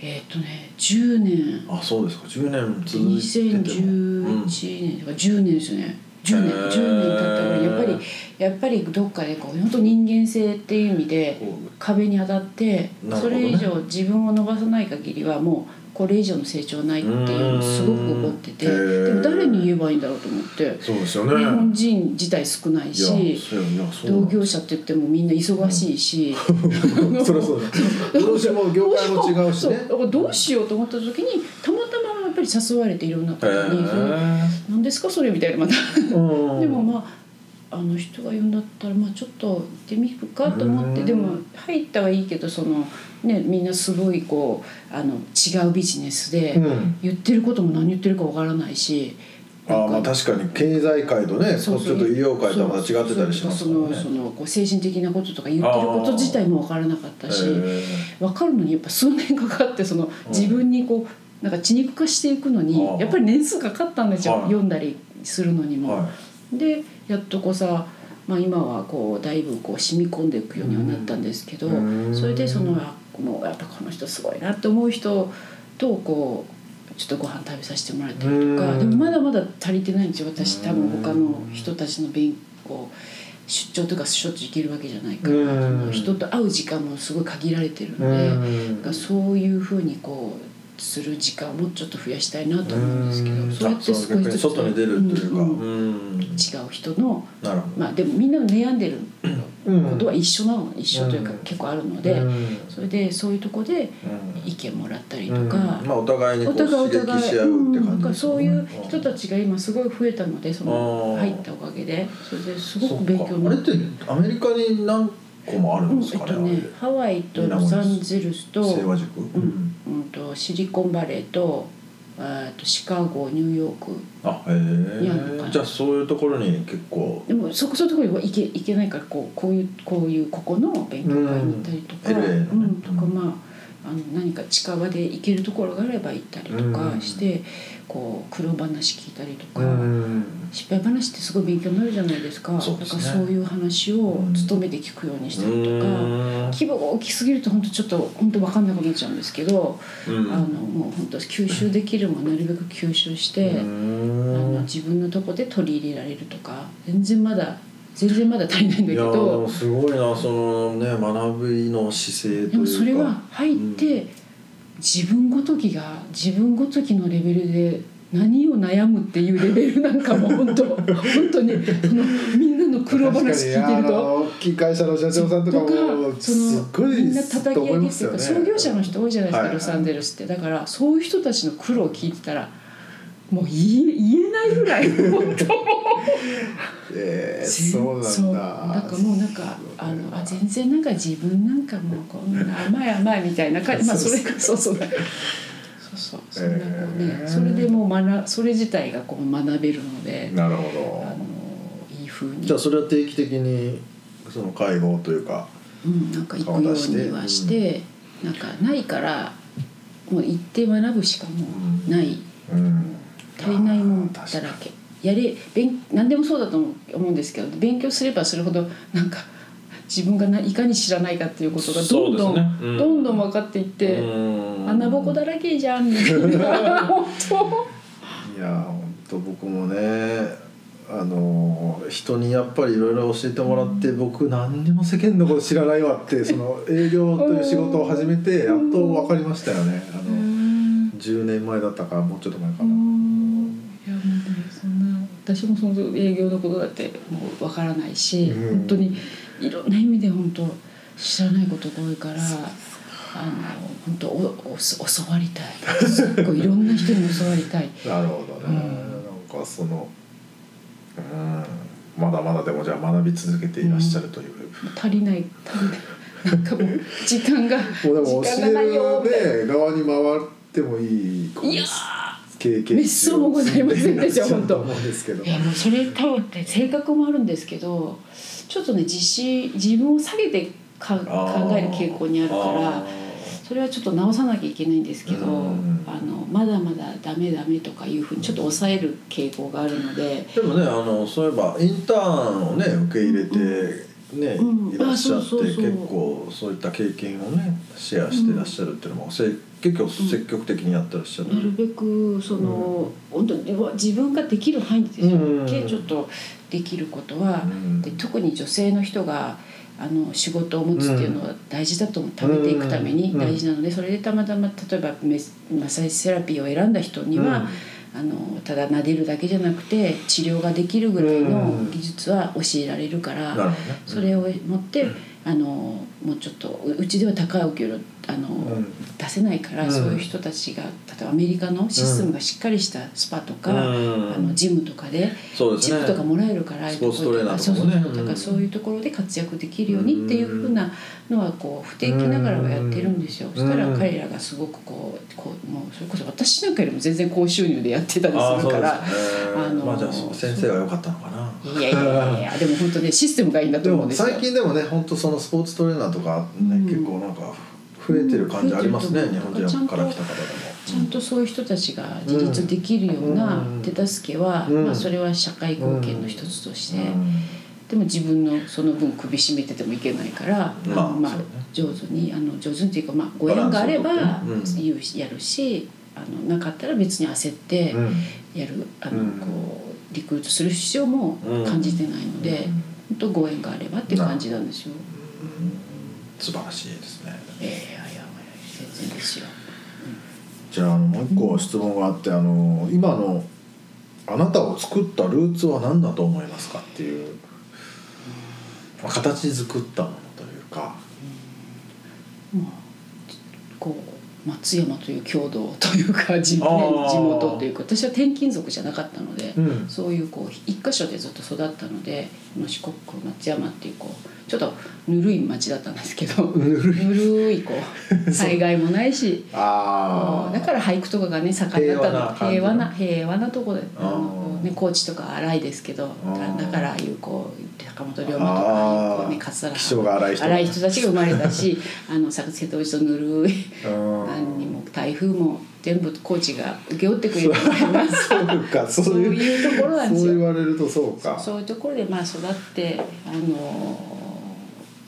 S3: えーっとね10年
S2: あそうですか10年続いてても
S3: 2011年とか10年ですね10年
S2: へー
S3: 10年経ったらやっぱりやっぱりどっかでこう本当人間性っていう意味で壁に当たって、
S2: なるほ
S3: そ
S2: どね
S3: れ以上自分を伸ばさない限りはもうこれ以上の成長ないっていうのをすごく思ってて
S2: うーん
S3: でも誰に言えばいいんだろうと思って
S2: そうですよね
S3: 日本人自体少ない
S2: いやそう
S3: し
S2: いやそう
S3: 同業者って言ってもみんな忙し いし。
S2: そりゃそうだ業種も業界も違うし
S3: そう
S2: ね
S3: だからどうしようと思った時にたまたまやっぱり誘われていろんな方にそれ「何ですかそれ」みたいなまた
S2: うん
S3: でもまああの人が言うんだったらまあちょっと行ってみるかと思って
S2: うん
S3: でも入ったはいいけどそのねみんなすごいこうあの違うビジネスで
S2: うん
S3: 言ってることも何言ってるかわからないし。
S2: ああま
S3: なん
S2: あ
S3: か
S2: 確かに経済界とね
S3: そう
S2: こう
S3: そう
S2: ちょっと医療界とはまた違ってたりします
S3: そ
S2: か
S3: う
S2: ら
S3: そうそ
S2: ね
S3: うそのそのこう精神的なこととか言ってること自体もわからなかったし、
S2: へ
S3: 分かるのにやっぱ数年かかってその
S2: ん
S3: 自分にこうなんか血肉化していくのに
S2: ああ
S3: やっぱり年数かかったんですよ
S2: はい
S3: 読んだりするのに
S2: え
S3: も。
S2: は
S3: でやっとこうさ、まあ、今はこうだいぶこう染み込んでいくようにはなったんですけど、
S2: うん
S3: それでそのあもうやっぱこの人すごいなって思う人とこうちょっとご飯食べさせてもらったりと
S2: う
S3: か
S2: ん
S3: でもまだまだ足りてないんですよ私多分他の
S2: うん
S3: 人たちの勉こう出張とかしょっちゅう行けるわけじゃないから、
S2: うん
S3: その人と会う時間もすごい限られてるの
S2: い
S3: で、
S2: うん
S3: がそういうふうにこうする時間をもうちょっと増やしたいなと思うんですけど
S2: ん
S3: そうやって
S2: あ
S3: 少しずつ
S2: そう逆に外に出るというか、
S3: うんうん
S2: うん
S3: 違う人の
S2: なるほど、
S3: まあでもみんな悩んでる
S2: うん
S3: ことは一緒なの一緒というか
S2: うん
S3: 結構あるので、
S2: うん
S3: それでそういうとこで
S2: うん
S3: 意見もらったりと
S2: うん
S3: か、
S2: まあ、お互いにこ
S3: お
S2: う
S3: 互いお
S2: 刺
S3: 互
S2: 激し
S3: い、
S2: 合
S3: う
S2: うって
S3: ん、な
S2: 感
S3: ん
S2: じ
S3: か
S2: です
S3: そ
S2: よ
S3: う
S2: ね
S3: いう人たちが今すごい増えたのでその
S2: あー
S3: 入ったおかげでそれで
S2: そ
S3: すごく勉強に
S2: っ
S3: なっ
S2: か
S3: て。
S2: あれってアメリカに何個もある
S3: うんん
S2: です
S3: えっ
S2: かね,、
S3: とね、ハワイとロサンゼルス
S2: あれ
S3: と,、
S2: 清和塾、
S3: うん、とシリコンバレーとえー、とシカゴニューヨーク
S2: あへ
S3: いやなん
S2: え
S3: か
S2: じゃあそういうところに結構
S3: でもそこそういうところには行け行けないからこうこういうこういうここの勉強会に行ったりとか、
S2: うん LA のね
S3: うんとかまああの何か近場で行けるところがあれば行ったりとかして、こう苦労話聞いたりとか、
S2: ん
S3: 失敗話ってすごい勉強になるじゃないですか
S2: そうですね
S3: だからそういう話を努めて聞くようにしたりとか、規模が大きすぎると本当ちょっと本当分かんなくなっちゃうんですけど、
S2: うん
S3: あのもう本当吸収できるものはなるべく吸収して。あの自分のとこで取り入れられるとか全然まだ全然まだ足りないんだ
S2: い
S3: け
S2: やでも
S3: ど
S2: すごいなそのね学びの姿勢というか
S3: でもそれは入って、自分ごときが自分ごときのレベルで何を悩むっていうレベルなん かも本当本当にそのみんなの苦労話聞いて
S4: 確
S3: る
S4: かにあ
S3: と。
S4: の大きい会社の社長さんとか
S3: とか
S4: も
S3: そ
S4: すっご
S3: の
S4: い
S3: みんな叩き上げっていうか、
S4: と
S3: 創
S4: 思い
S3: 業
S4: ますよ
S3: 者
S4: ね
S3: の人多いじゃないで
S2: は
S3: すか
S2: いはい
S3: ロサンゼルスってだからそういう人たちの苦労を聞いてたらもう言え言えないぐ らい本当
S4: えー
S3: 全
S4: そう
S3: そう
S4: なんだ
S3: だからもうなんかあのあ全然なんか自分なんかもうこんな甘い甘いみたいな感じまあそれがそうそうだそうそうそんなこうね、
S4: えー
S3: それでもう学それ自体がこう学べるので
S2: なる
S3: あ
S2: ほ
S3: のいい風
S2: ど
S3: に
S2: じゃあそれは定期的にその会合というか
S3: うん、なんか行くようにはして、なんかないからもう行って学ぶしかもうない
S2: うん
S3: 足りないもんだらけやれ勉何でもそうだと思う思うんですけど勉強すればするほどなんか自分がないかに知らないかっていうことがどんど
S2: そ
S3: ん、
S2: うですねうん
S3: どんどん分かっていって、穴ぼこだらけじゃんみた いな本当
S2: いや本当僕もねあの人にやっぱりいろいろ教えてもらって僕何にも世間のこと知らないわってその営業という仕事を始めてやっと分かりましたよねあの10年前だったかもうちょっと前か
S3: う
S2: な。
S3: んいやもうねそんな私もその営業のことだってもうわからないし、
S2: うん
S3: 本当にいろんな意味で本当知らないことが多いから。あの本当おおす教わりたいすっごいいろんな人に教わりたい
S2: なるほどね、なんかそのうんまだまだでもじゃあ学び続けていらっしゃるという、
S3: 足りない足りないなんかもう時間が
S2: もうでも
S3: 時
S2: 教
S3: 間がないよみたいな
S2: える、ね、側に回ってもいいこう
S3: いやー
S2: 経験
S3: めっそうもございませんでしょ本当
S2: 思うんですけど
S3: いやもうそれ多分って性格もあるんですけどちょっとね自信自分を下げてか考える傾向にあるからそれはちょっと直さなきゃいけないんですけど、
S2: うん
S3: あのまだまだダメダメとかいうふうにちょっと抑える傾向があるので、
S2: でもねあのそういえばインターンをね受け入れて、ね
S3: うん
S2: いらっしゃって
S3: あそうそうそう
S2: 結構そういった経験をねシェアしてらっしゃるっていうのも、せ結構積極的にやってらっしゃる、
S3: なるべくその、本当に自分ができる範囲で
S2: うん
S3: けちょっとできることは、
S2: うん
S3: で特に女性の人があの仕事を持つっていうのは大事だと思う食べていくために
S2: うん
S3: 大事なので、それでたまたま例えばメスマッサージセラピーを選んだ人には、あのただ撫でるだけじゃなくて治療ができるぐらいの技術は教えられるか
S2: な
S3: ら。
S2: るほどね
S3: それを持って、あのもうちょっとううちでは高いお給料あの、
S2: ん
S3: 出せないから、
S2: うん
S3: そういう人たちが例えばアメリカのシステムがしっかりしたスパとか、
S2: うん
S3: あのジムとかで
S2: そうです
S3: チ
S2: ね
S3: ップとかもらえるからああいうところで
S2: スポーツトレーナーとかもね
S3: そうそうそうだからそういうところで活躍できるようにっていうふうなのはこう不定期ながらはやってるんですよ、
S2: ん
S3: そしたら彼らがすごくこうこうもうそれこそ私なんかよりも全然高収入でやってたり
S2: あー
S3: す
S2: そ
S3: る
S2: う
S3: か
S2: ですね
S3: ら。あの
S2: まあじゃあそう先生が良かったのかない
S3: やいやいやいやでも本当ねシステムがいいんだ
S2: で
S3: と思うん
S2: も
S3: ですよ
S2: 最近でもね本当そのスポーツトレーナーとかね、
S3: うん
S2: 結構なんか増えてる感じありますね、
S3: うん
S2: 日本人から来た方でも
S3: ちゃんとそういう人たちが自立できるような手助けは、
S2: うん
S3: まあ、それは社会貢献の一つとして、
S2: う
S3: でも自分のその分首絞めててもいけないから、
S2: まあ
S3: のまあ
S2: そうね
S3: 上手にあの上手にっていうか、まあ、ご縁があれば
S2: バランスをとってね
S3: 言うしやるしあのなかったら別に焦って
S2: んうん
S3: やる、あの
S2: うん
S3: こうリクルートする必要も感じてないので、
S2: うん
S3: 本当ご縁があればっていう感じなんですよ。
S2: 素晴らしいですね
S3: いやいやいや全然ですよ。
S2: じゃああのもう一個質問があってあの今のあなたを作ったルーツは何だと思いますかっていう、まあ、形作ったものというか
S3: まあ、こう松山という郷土というか地,、
S2: あー
S3: 地元というか私は転勤族じゃなかったので、
S2: うん
S3: そういうこう一箇所でずっと育ったのでこの四国松山っていうこうちょっとぬるい町だったんですけどぬ
S4: ぬるい
S3: るいこ う災害もないし
S4: あ
S3: だから俳句とかがね盛んだったの平
S4: 平和
S3: 和
S4: な
S3: な平和なとこであ
S4: あー
S3: の、ね、高知とか荒いですけど
S4: あー
S3: だからああいうこう坂本龍馬とか
S4: あー
S3: ああいうこうね桂
S4: 気性が荒い人
S3: 荒い人たちが生まれ たしあの作瀬戸内のぬるい
S4: うん
S3: 何にも台風も全部高知が請け負ってくれると思います
S4: そうかそういう
S3: そういうところなんです
S4: そ
S3: よ
S4: う言われるとそうか
S3: そういうところでまあ育ってあの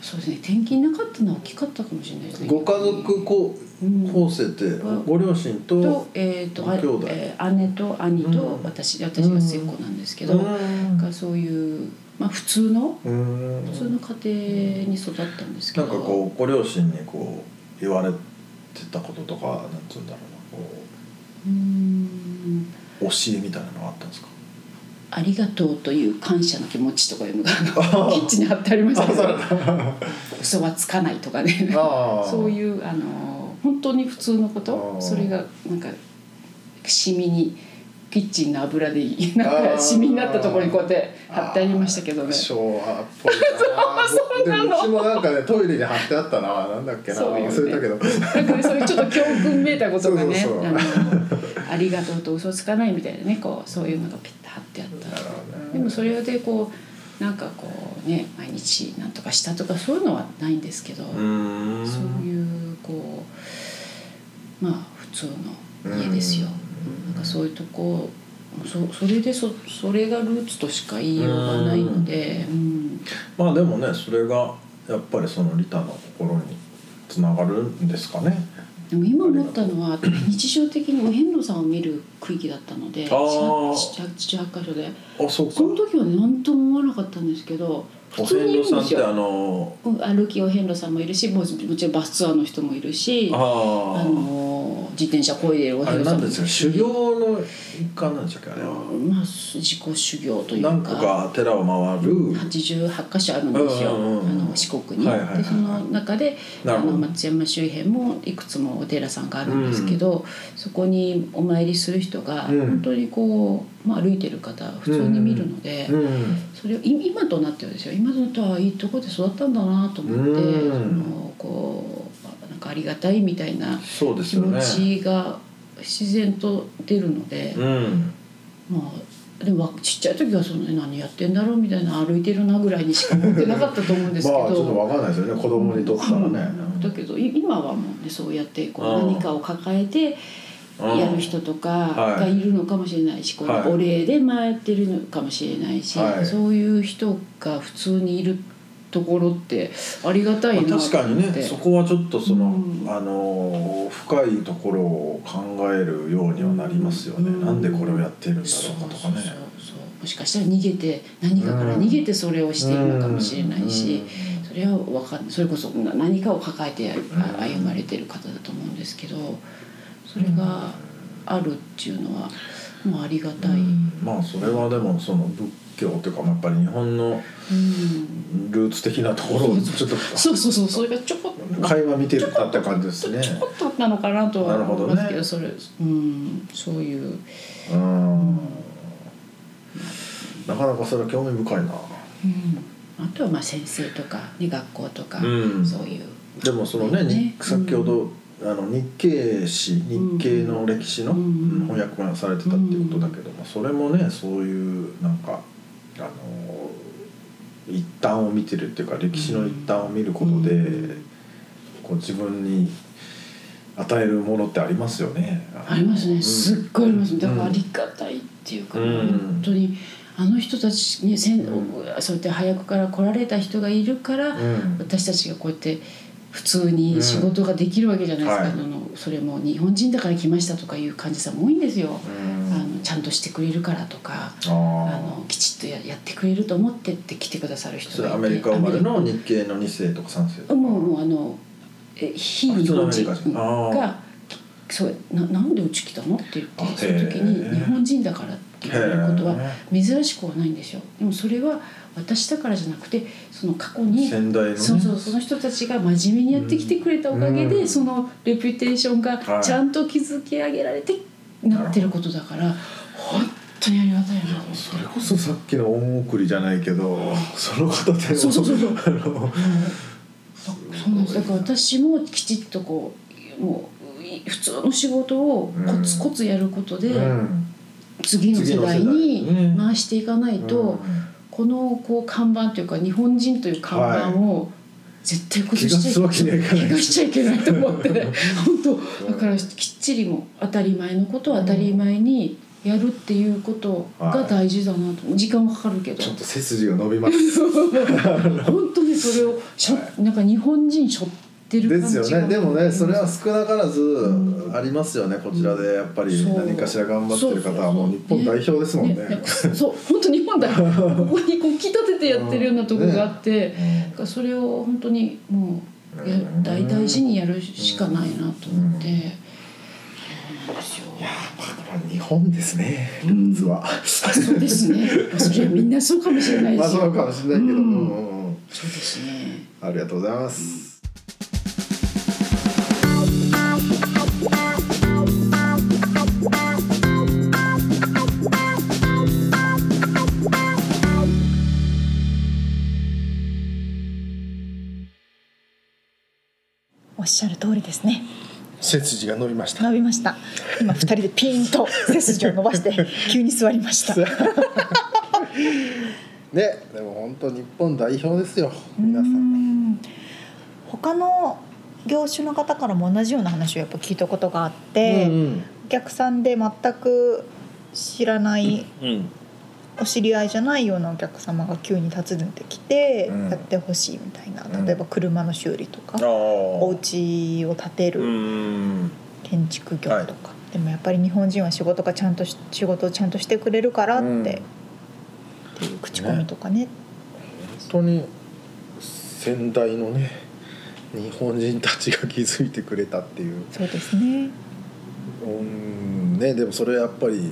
S3: そうですね転勤なかったのは大きかったかもしれないですね
S2: ご家族こ
S3: うん
S2: 構成って
S3: うん
S2: ご両親と
S3: と,、えーと
S2: ご
S3: あ
S2: 兄弟
S3: えー姉と兄と
S4: うん
S3: 私、私が末っ子なんですけど、
S4: うん
S3: がそういう、まあ、普通の
S4: うん
S3: 普通の家庭に育ったんですけ
S2: な
S3: ど
S2: んかこうご両親にこう言われてたこととかなんつうんだろうなこ
S3: うーん
S2: う教えみたいなのがあったんですか
S3: ありがとうという感謝の気持ちとかいう のがあのキッチンに貼って ありましたけど嘘はつかないとかね
S4: あー
S3: そういうあの本当に普通のこ
S4: あ
S3: と
S4: ー
S3: それがなんかシミにキッチンの油でいいなん
S4: あー
S3: かシミになったところにこうやって貼ってありましたけどね
S4: 昭和っぽいな
S3: そうそうなの
S4: でもうちもなんかねトイレに貼ってあったななんだっけな
S3: そうよね
S4: 忘れたけど
S3: なんかねそういうちょっと教訓めいたことがね
S4: そうそうそう
S3: あのありがとうと嘘つかないみたいなねこうそういうのがピッと貼ってあった。でもそれでこうなんかこうね毎日なんとかしたとかそういうのはないんですけど、
S2: ん
S3: そういうこうまあ普通の家ですよ、なんかそういうとこそそれでそそれがルーツとしか言いようがないので、うん
S2: まあでもねそれがやっぱりそのリタの心につながるんですかね
S3: でも今思ったのは日常的にお遍路さんを見る区域だったので
S2: あー
S3: 78箇所で
S2: あそうか
S3: その時は何とも思わなかったんですけど普
S2: お
S3: 通
S2: 遍
S3: にい
S2: 路
S3: る
S2: さん
S3: んで
S2: っ
S3: す
S2: て
S3: よ
S2: あの
S3: うん歩きお遍路さんもいるしもうもちろんバスツアーの人もいるし
S2: あ
S3: あ
S2: ー
S3: の自転車こいでるお
S2: あ
S3: 遍
S2: れ
S3: 路さ
S2: なんん
S3: もい
S2: で
S3: る
S2: す
S3: し
S2: よ修行の一環なんでしたっけあれは
S3: まあ自己修行というか
S2: 何個か寺を回る
S3: 88箇所あるんですよ、
S2: うんうんうん
S3: あの四国に、
S2: はいはいはいはい
S3: でその中であ
S2: なるほ
S3: の
S2: ど
S3: 松山周辺もいくつもお寺さんがあるんですけど、そこにお参りする人が
S2: うん
S3: 本当にこう、まあ、歩いてる方普通に見るので、
S2: うん
S3: それをい今となってはですよ今となってはいいとこで育ったんだなと思って、
S2: うん
S3: そのこうなんかありがたいみたいな
S2: そうで
S3: 気
S2: すよ
S3: 持
S2: ね
S3: ちが自然と出るので。
S2: うん
S3: まあでもちっちゃい時はその何やってんだろうみたいな歩いてるなぐらいにしか思ってなかったと思うんですけど。
S2: まあちょっとわかんないですよね子供にとったらね、
S3: うんだけどい今はもうねそうやってこ
S2: う
S3: うん何かを抱えてやる人とか
S2: はい
S3: がいるのかもしれないし、
S2: はい
S3: こうお礼で回ってるのかもしれないし、
S2: はい
S3: そういう人が普通にいるところってありがたいなと
S2: ま
S3: 思
S2: あ
S3: っ
S2: 確、
S3: て
S2: かにねそこはちょっとその、
S3: うん
S2: あの深いところを考えるようにはなりますよね、
S3: うん
S2: なんでこれをやっているんだろうかとかね
S3: そうそうそうそうもしかしたら逃げて何かから逃げてそれをしているのかもしれないし、それはわかんないそれこそな何かを抱えてあ
S2: ん
S3: 歩まれてる方だと思うんですけどそれがあるっていうのはもうありがたい。うん
S2: まあそれはでもその仏教というかやっぱり日本のルーツ的なところをちょっと
S3: そうそうそうそれがちょこっと
S2: 会話見てるったって感じですね。
S3: ちょこっとあったのかなとは
S2: なるほ
S3: 思い
S2: どね
S3: ますけどそれ、うん、そういう
S2: うんなかなかそれは興味深いな。
S3: うん、あとはまあ先生とか、ね、学校とか、
S2: うん
S3: そういう
S2: でもそのね
S3: ね
S2: 日先ほど、あの日経史
S3: うん
S2: 日経の歴史の
S3: うん
S2: 翻訳がされてたっていうことだけども、それもねそういうなんかあの一端を見てるっていうか歴史の一端を見ることで、
S3: うん
S2: こう自分に与えるものってありますよね。
S3: ありますねすっごいありますだから
S2: うん
S3: ありがたいっていうか、
S2: うん
S3: 本当にあの人たちにせん、
S2: う
S3: そうやって早くから来られた人がいるから、
S2: うん
S3: 私たちがこうやって普通に仕事ができるわけじゃないですか、
S2: はい
S3: あのそれも日本人だから来ましたとかいう患者さんも多いんですよ、
S2: うん
S3: あのちゃんとしてくれるからとか。あ
S2: あー
S3: のきちっとややってくれると思ってって来てくださる人
S2: そ
S3: がい
S2: れ
S3: て
S2: アメリカ生まれ
S3: アメリカ
S2: の日系の2世とか3世とか。
S3: もうもうあのえ非日本人
S2: あ普通のアメリカ人
S3: がそうななんでうち来たのって言
S2: あ
S3: ってその時
S2: へ
S3: に
S2: え
S3: 日本人だからって言われることは珍しくはないんですよでもそれは私だからじゃなくてその過去に
S2: 先代の、ね、
S3: そうそうその人たちが真面目にやってきてくれたおかげで、
S2: うん
S3: そのレピュテーション
S2: は
S3: が
S2: い
S3: ちゃんと築き上げられてなってることだから、本当にありがたいな
S4: それこそさっきの恩送りじゃないけどその方でも
S3: そうそうそうそう
S4: あの
S3: そそうなんですだから私もきちっとこうもうい普通の仕事をコツコツやることで、
S4: うん
S3: 次の世代
S4: 次の世代う
S3: に
S4: ん
S3: 回していかないと、このこう看板というか日本人という看板を絶対
S4: 気
S3: 崩
S4: が
S3: しち
S4: す
S3: ゃいけ
S4: る
S3: な
S4: わ
S3: い
S4: けにはいかない
S3: 怪我しちゃいけないと思って 本当だからきっちりもう当たり前のことを当たり前にやるっていうことが大事だなと、時間はかかるけど
S4: ちょっと背筋が伸び ます
S3: 本当にそれをしょ、なんか日本人しょってる感
S4: で
S3: じ
S4: すよ
S3: が
S4: ねでもねそれは少なからず
S3: ん
S4: ありますよねこちらでやっぱり
S3: そう
S4: 何かしら頑張ってる方はもう日本
S3: そうそうそう
S4: 代表ですもんね
S3: ねそう本当日 本だここにこう木立ててやってるようなとこがあって、だからそれを本当にもうや
S4: うん
S3: 大大事にやるしかないなと思って、そうなんですよ
S4: まあ日本ですねルーツは、
S3: そうですねそれはみんなそうかもしれないし、
S4: まあ
S3: そ
S4: そううかもしれないけど、
S3: う
S4: うん
S3: ん
S4: うんうん
S3: ですね
S4: ありがとうございます、
S1: おっしゃる通りですね
S2: 背筋が伸びました
S1: 伸びました今二人でピーンと背筋を伸ばして急に座りました
S2: ねでも本当日本代表ですよ
S1: う
S2: 皆さん
S1: ん他の業種の方からも同じような話をやっぱ聞いたことがあって、
S2: うん
S1: お客さんで全く知らない
S2: うん
S1: お知り合いじゃないようなお客様が急に訪ねてきて
S4: うん
S1: やってほしいみたいな、
S4: うん
S1: 例えば車の修理と
S2: あ
S1: か、お
S2: あ
S1: 家を建て
S2: う
S1: る
S2: ん
S1: 建築業とか、でもやっぱり日本人は仕事がちゃんとし仕事をちゃんとしてくれるからって,、
S4: うん
S1: っていう口コミとかね
S2: 本当に先代のね日本人たちが気づいてくれたっていう
S1: そうですね
S2: うんねでもそれやっぱり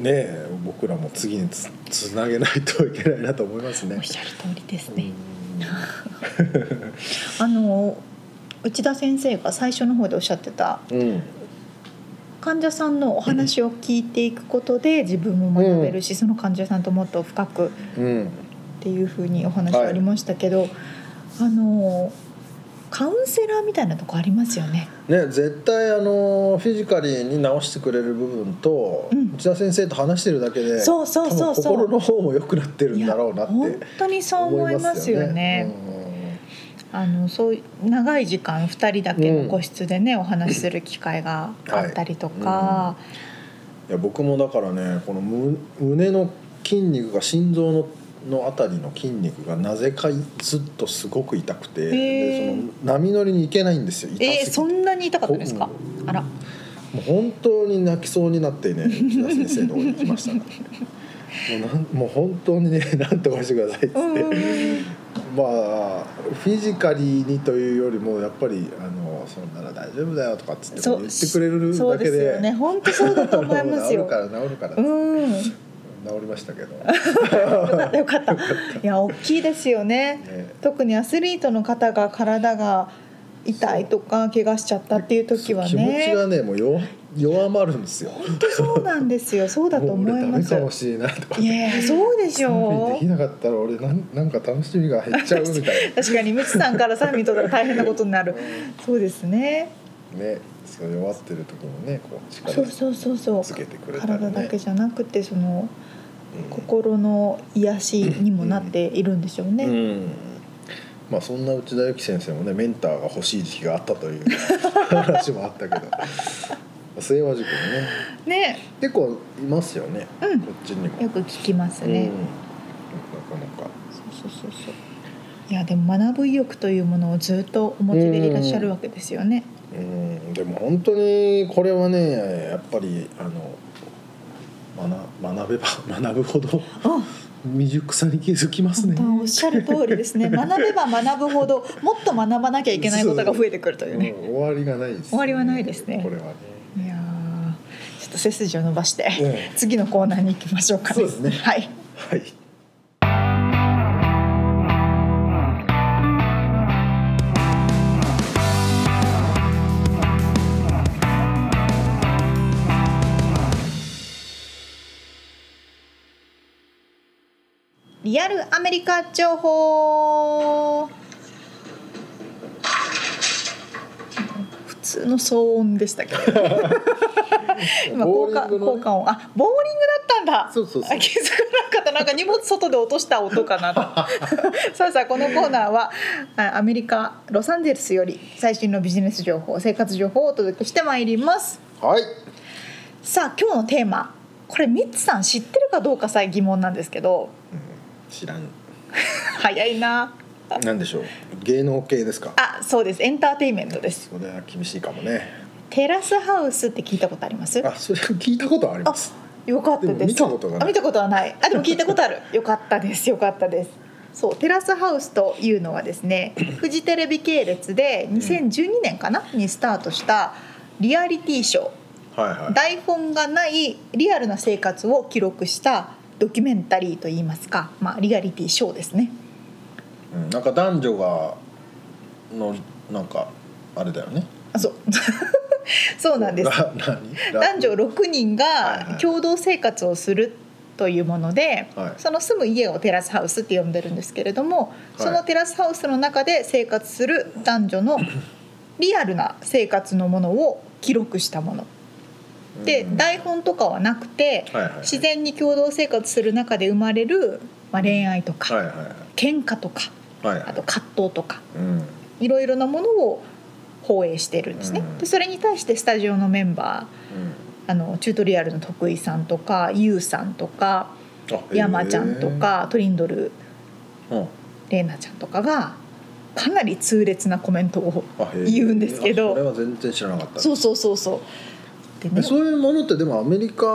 S2: ね僕らも次につつなげないといけないなと思います
S1: お
S2: ね
S1: っ。しゃる通りです ね。あの内田先生が最初の方でおっしゃってた
S2: うんうん
S1: 患者さんのお話を聞いていくことで自分も学べるし、その患者さんともっと深く
S2: うん
S1: っていうふうにお話ありましたけど、あのカウンセラーみたいなとこありますよね。
S2: ね、絶対あのフィジカルに直してくれる部分と、
S1: うん
S2: 内田先生と話してるだけで
S1: そうそうそうそう
S2: 多分心の方も良くなってるんだろうなって
S1: いや本当にそう思いますよね。あのそういう長い時間二人だけの個室でね、お話しする機会があったりとか、
S2: はいうんいや僕もだからねこのむ胸の筋肉が心臓ののあたりの筋肉がなぜかずっとすごく痛くて、
S1: へ
S2: で
S1: ー
S2: その波乗りに行けないんですよ痛すぎて
S1: えーそんなに痛かったんですか？あら、
S2: もう本当に泣きそうになってね内田先生のとこに行きま したねもうなんもう本当にねなんとかしてくださいっつって、
S1: うんうんうん
S2: まあフィジカリにというよりもやっぱりあのそんなら大丈夫だよとかっつって
S1: そう
S2: 言ってくれる
S1: そう
S2: だけ
S1: で
S2: です
S1: よ ね。本当そうだと思います
S2: 治る
S1: よ
S2: か。ら治るから
S1: う
S2: 治
S1: ん、よ
S2: りましたけど、
S1: かったよか った。いや大きいですよね。
S2: ね、
S1: 特にアスリートの方が体が痛いとか怪我しちゃったっていう時は
S2: 気持ち
S1: ね
S2: がねもう弱弱まるんですよ
S1: 本当そうなんですよそうだと思い
S2: も
S1: ま
S2: う俺ダメ
S1: す
S2: かもしれないとか
S1: いやいやそうでし
S2: サーフィン
S1: ょ
S2: できなかったら俺なんなんか楽しみが減っちゃうみたい
S1: 確かにムチさんからサーミン取ったら大変なことになるそうですね
S2: なねそう弱ってる時もねこう力
S1: そうそうそうそう
S2: つけてくれたりね
S1: 体だけじゃなくてその
S2: うん
S1: 心の癒しにもなっているんでしょうね、
S2: うんまあそんな内田有紀先生もねメンターが欲しい時期があった という話もあったけど末和塾もね
S1: ね
S2: 結構いますよね、
S1: うん
S2: こっちにも。
S1: よく聞きますね、
S2: うんなかなか
S1: そうそうそうそういやでも学ぶ意欲というものをずっとお持ちでいらっしゃるわけですよね、
S2: うんでも本当にこれはねやっぱりあの学学べば 学ぶほど
S1: あ
S2: 未熟さに気づきます
S1: 本
S2: ね
S1: 当。おっしゃる通りです ね学べば学ぶほどもっと学ばなきゃいけないことが増えてくるというね
S2: うん終わりがないです、ね。
S1: 終わりはないですね
S2: これはね。
S1: いやーちょっと背筋を伸ばして、
S2: ええ
S1: 次のコーナーに行きましょうかね
S2: そうですね
S1: はい
S2: はい。
S1: リアルアメリカ情報普通の騒音でしたけど 今
S2: ボ
S1: 効
S2: ー
S1: 果
S2: リングのね
S1: 効果音あボーリングだったんだ
S2: そうそうそう
S1: あ気づかなかったなんか荷物外で落とした音かな と さあさあこのコーナーはあアメリカロサンゼルスより最新のビジネス情報生活情報をお届けしてまいります
S2: はい
S1: さあ今日のテーマこれミッツさん知ってるかどうかさえ疑問なんですけど
S2: 知らん
S1: 早いな
S2: なんでしょう芸能系ですか
S1: あそうですエンターテインメントです
S2: それは厳しいかもね
S1: テラスハウスって聞いたことあります
S2: あそれ聞いたことはあり
S1: あ
S2: ます
S1: よかったです
S2: でも見たことがない
S1: あ見たことはないあでも聞いたことある よかったですよかったですそうテラスハウスというのはです ねフジテレビ系列で2012年かなにスタートしたリアリティショー
S2: はいはい
S1: 台本がないリアルな生活を記録したドキュメンタリーといいますか、まあ、リアリティショーですね。
S2: うんなんか男女がのなんかあれだよね
S1: あそう そうなんです
S2: な
S1: 男
S2: 何
S1: 女6人
S2: はいは
S1: が
S2: い
S1: 共同生活をするというもので、
S2: はい
S1: その住む家をテラスハウスって呼んでるんですけれども、
S2: い
S1: そのテラスハウスの中で生活する男 女のリアルな生活のものを記録したもの。で
S2: うん
S1: 台本とかはなくて、
S2: はいはいはい
S1: 自然に共同生活する中で生まれる、まあ、恋愛とか、
S2: はいはいはい
S1: 喧嘩とか
S2: はいは
S1: あ
S2: い
S1: と葛藤とか
S2: うん
S1: いろいろなものを放映してるんですね。
S2: うん
S1: でそれに対してスタジオのメンバーあのチュートリアルの徳井さんとかゆうさんとか
S2: うん
S1: 山ちゃんと、かトリンドル
S2: あへーうん
S1: 玲奈ちゃんとかがかなり痛烈なコメントを
S2: あへー
S1: 言うんですけど
S2: あそれは全然知らなかった
S1: そううそうそうそうでね
S2: そういうものってでもアメリカ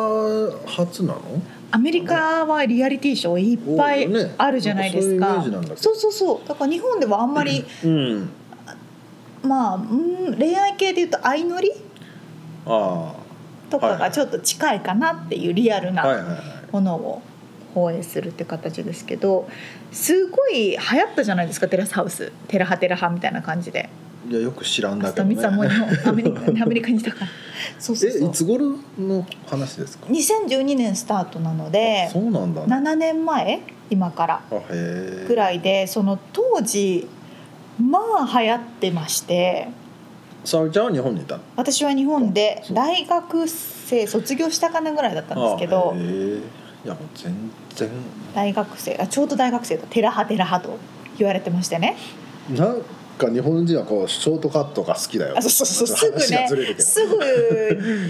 S2: 初なの
S1: アメリカはリアリティショーいっぱい
S2: 多いよね
S1: あるじゃないです
S2: な
S1: か
S2: んかそういうイメージなんだけど
S1: そうそうそうだから日本ではあんま り
S2: うん
S1: まあうん恋愛系でいうと相乗り
S2: あ
S1: とか
S2: は
S1: が
S2: い
S1: ちょっと近いかなっていうリアル
S2: あはい
S1: な
S2: はいはい
S1: ものを放映するって形ですけどすごい流行ったじゃないですかテラスハウステラハテラハみたいな感じで
S2: いやよく知らん
S1: 明
S2: だ
S1: 日
S2: けど、
S1: みつはもう
S2: ね、
S1: 日本アメリカアメリカにいたからそうそう
S2: え
S1: そ
S2: いうつ頃の話ですか
S1: 2012年スタートなので
S2: そうなんだ、ね、
S1: 7年前今から
S2: あへえ
S1: ぐらいでその当時まあ流行ってまして
S2: 沙織ちゃんは日本にいたの
S1: 私は日本で
S2: そう
S1: 大学生卒業したかなぐらいだったんですけ
S2: あ
S1: ど
S2: へーいやもう全然
S1: 大学生あちょうど大学生だテラハテラハと言われてましてね
S2: なんか日本人はこうショートカットが好きだよ
S1: あそうそうそうす
S2: ちょっと
S1: ぐ
S2: 話が
S1: ね
S2: ずれるけど
S1: すぐ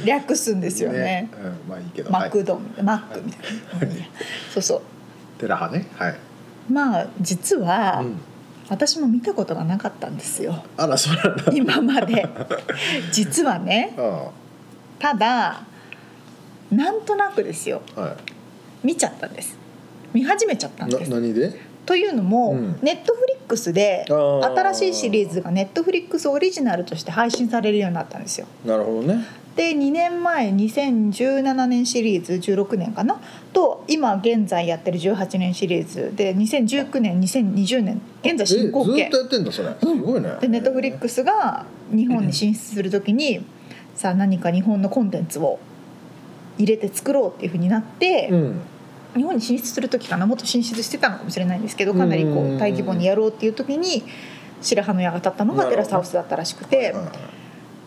S1: 略すんですよね
S2: うん、まあいいけど
S1: マク
S2: はい、
S1: ド、マックみたいな、
S2: はい
S1: そうそ
S2: テラハねはいう
S1: まあ実は、
S2: うん、
S1: 私も見たことがなかったんですよ
S2: あらそ うなんだ
S1: 今ま で実はね
S2: あ
S1: ただなんとなくですよ
S2: あは
S1: 見ちゃったんです見始めちゃったんで
S2: いな
S1: す
S2: 何で
S1: というのも、
S2: うん
S1: ネットフリックスで
S2: あー
S1: 新しいシリーズがネットフリックスオリジナルとして配信されるようになったんですよ
S2: なるほどね
S1: で2年前2017年シリーズ16年かなと今現在やってる18年シリーズで2019年2020年現在進行形
S2: えずっとやってんだそれすごいね、
S1: でネットフリックスが日本に進出する時にさあ何か日本のコンテンツを入れて作ろうっていうふうになって、
S2: うん
S1: 日本に進出する時かなもっと進出してたのかもしれないんですけどかなりこ
S2: うん
S1: う大規模にやろうっていう時に白羽の矢が立ったのがテラスハウスだったらしくて、
S2: はいはい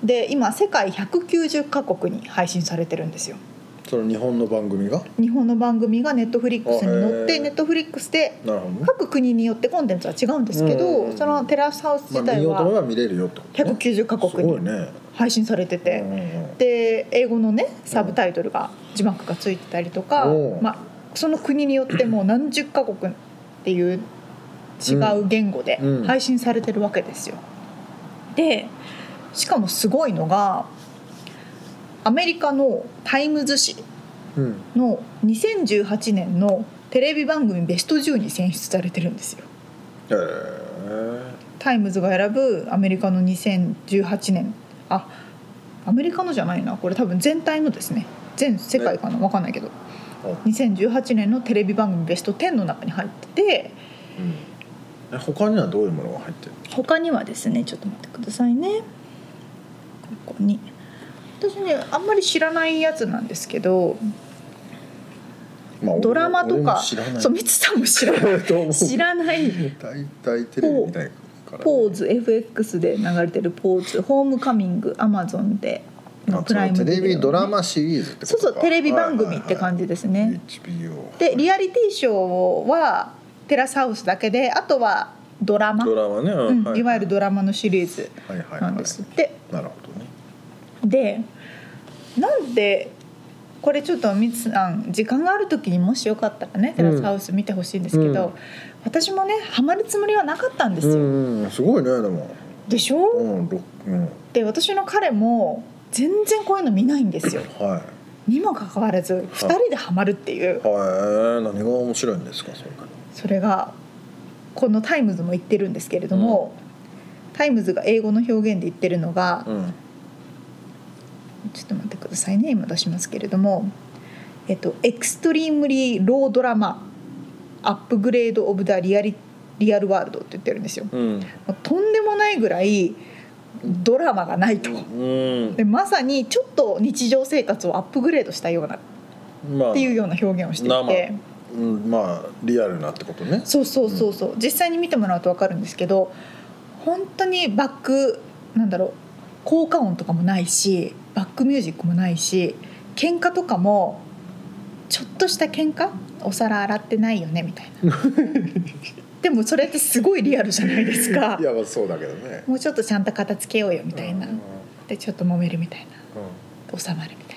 S1: で今世界190カ国に配信されてるんですよ。
S2: その日本の番組が
S1: 日本の番組がネットフリックスに載っ
S2: あへ
S1: て
S2: ー
S1: ネットフリックスで
S2: なるほどね、
S1: 各国によってコンテンツは違うんですけ
S2: う
S1: ど
S2: ん
S1: そのテラスハウス自
S2: まあ、見
S1: 体
S2: ようと思え
S1: は
S2: ば見れるよってこと、ね、
S1: 190カ
S2: す
S1: 国
S2: ごい
S1: に
S2: ね
S1: 配信されて
S2: う
S1: て
S2: んうんうん
S1: で英語のねサブタイトルが字幕がついてたりとか
S2: おう
S1: まあその国によってもう何十カ国っていう違う言語で
S2: うん
S1: 配信されてるわけですよ。でしかもすごいのがアメリカのタイムズ紙
S2: うん
S1: の2018年のテレビ番組ベスト10に選出されてるんですよ。
S2: へえ
S1: タイムズが選ぶアメリカの2018年あアメリカのじゃないなこれ多分全体のですね全世界かな分かんないけど2018年のテレビ番組ベスト10の中に入ってて
S2: え他にはどういうものが入ってる
S1: 他にはですねちょっと待ってくださいねここに私ねあんまり知らないやつなんですけど
S2: まあ
S1: ドラマと
S2: 俺も
S1: か
S2: 知らない
S1: そうミツさんも知らな
S2: と思う
S1: い知らない
S2: 大体テレビ見ないから、
S1: ポーズ FX で流れてるポーズホームカミングアマゾンで
S2: あ
S1: プライム
S2: そう
S1: ビデオ
S2: テレビドラ
S1: ね
S2: マシリーズってこと
S1: そ
S2: か
S1: うそうテレビ番組って感じですね、
S2: はいはいはい HBO
S1: でリアリティショーはテラスハウスだけであとはドラマ
S2: ドラマね、
S1: うんいわゆる
S2: ラ
S1: ドラマのシリーズ
S2: マ、はいはいはい、
S1: なんですって、
S2: なるほどね
S1: でなんでこれちょっとみつさん時間がある時にもしよかったらねテラスハウス見てほしいんですけど、
S2: うん
S1: 私もねハマるつもりはなかったんですよ、
S2: ん、うん、すごいねでも
S1: でしょ、
S2: うんろうん
S1: で私の彼も全然こういうの見ないんですよ
S2: は
S1: にもかかわらず2人でハマるっていう
S2: いはい何が面白いんですかそれ
S1: それがこの「タイムズ」も言ってるんですけれども、タイムズが英語の表現で言ってるのが、
S2: うん
S1: ちょっと待ってくださいね今出しますけれども「えっと、エクストリームリー・ロードラマ・アップグレード・オブ・ザ・リアリリアル・ワールド」って言ってるんですよ。
S2: うん
S1: もうとんでもないぐらいドラマがないと。
S2: うん
S1: でまさにちょっと日常生活をアップグレードしたようなっ
S2: まあ
S1: ていうような表現をしていて
S2: 生うん、まあリアルなってことね
S1: そうそうそうそう、実際に見てもらうと分かるんですけど本当にバックなんだろう効果音とかもないしバックミュージックもないし喧嘩とかもちょっとした喧嘩お皿洗ってないよねみたい なでもそれってすごいリアルじゃないですか
S2: いやまあそうだけどね
S1: もうちょっとちゃんと片付けようよみたいな
S2: うん
S1: でちょっと揉めるみたいな収まるみたいな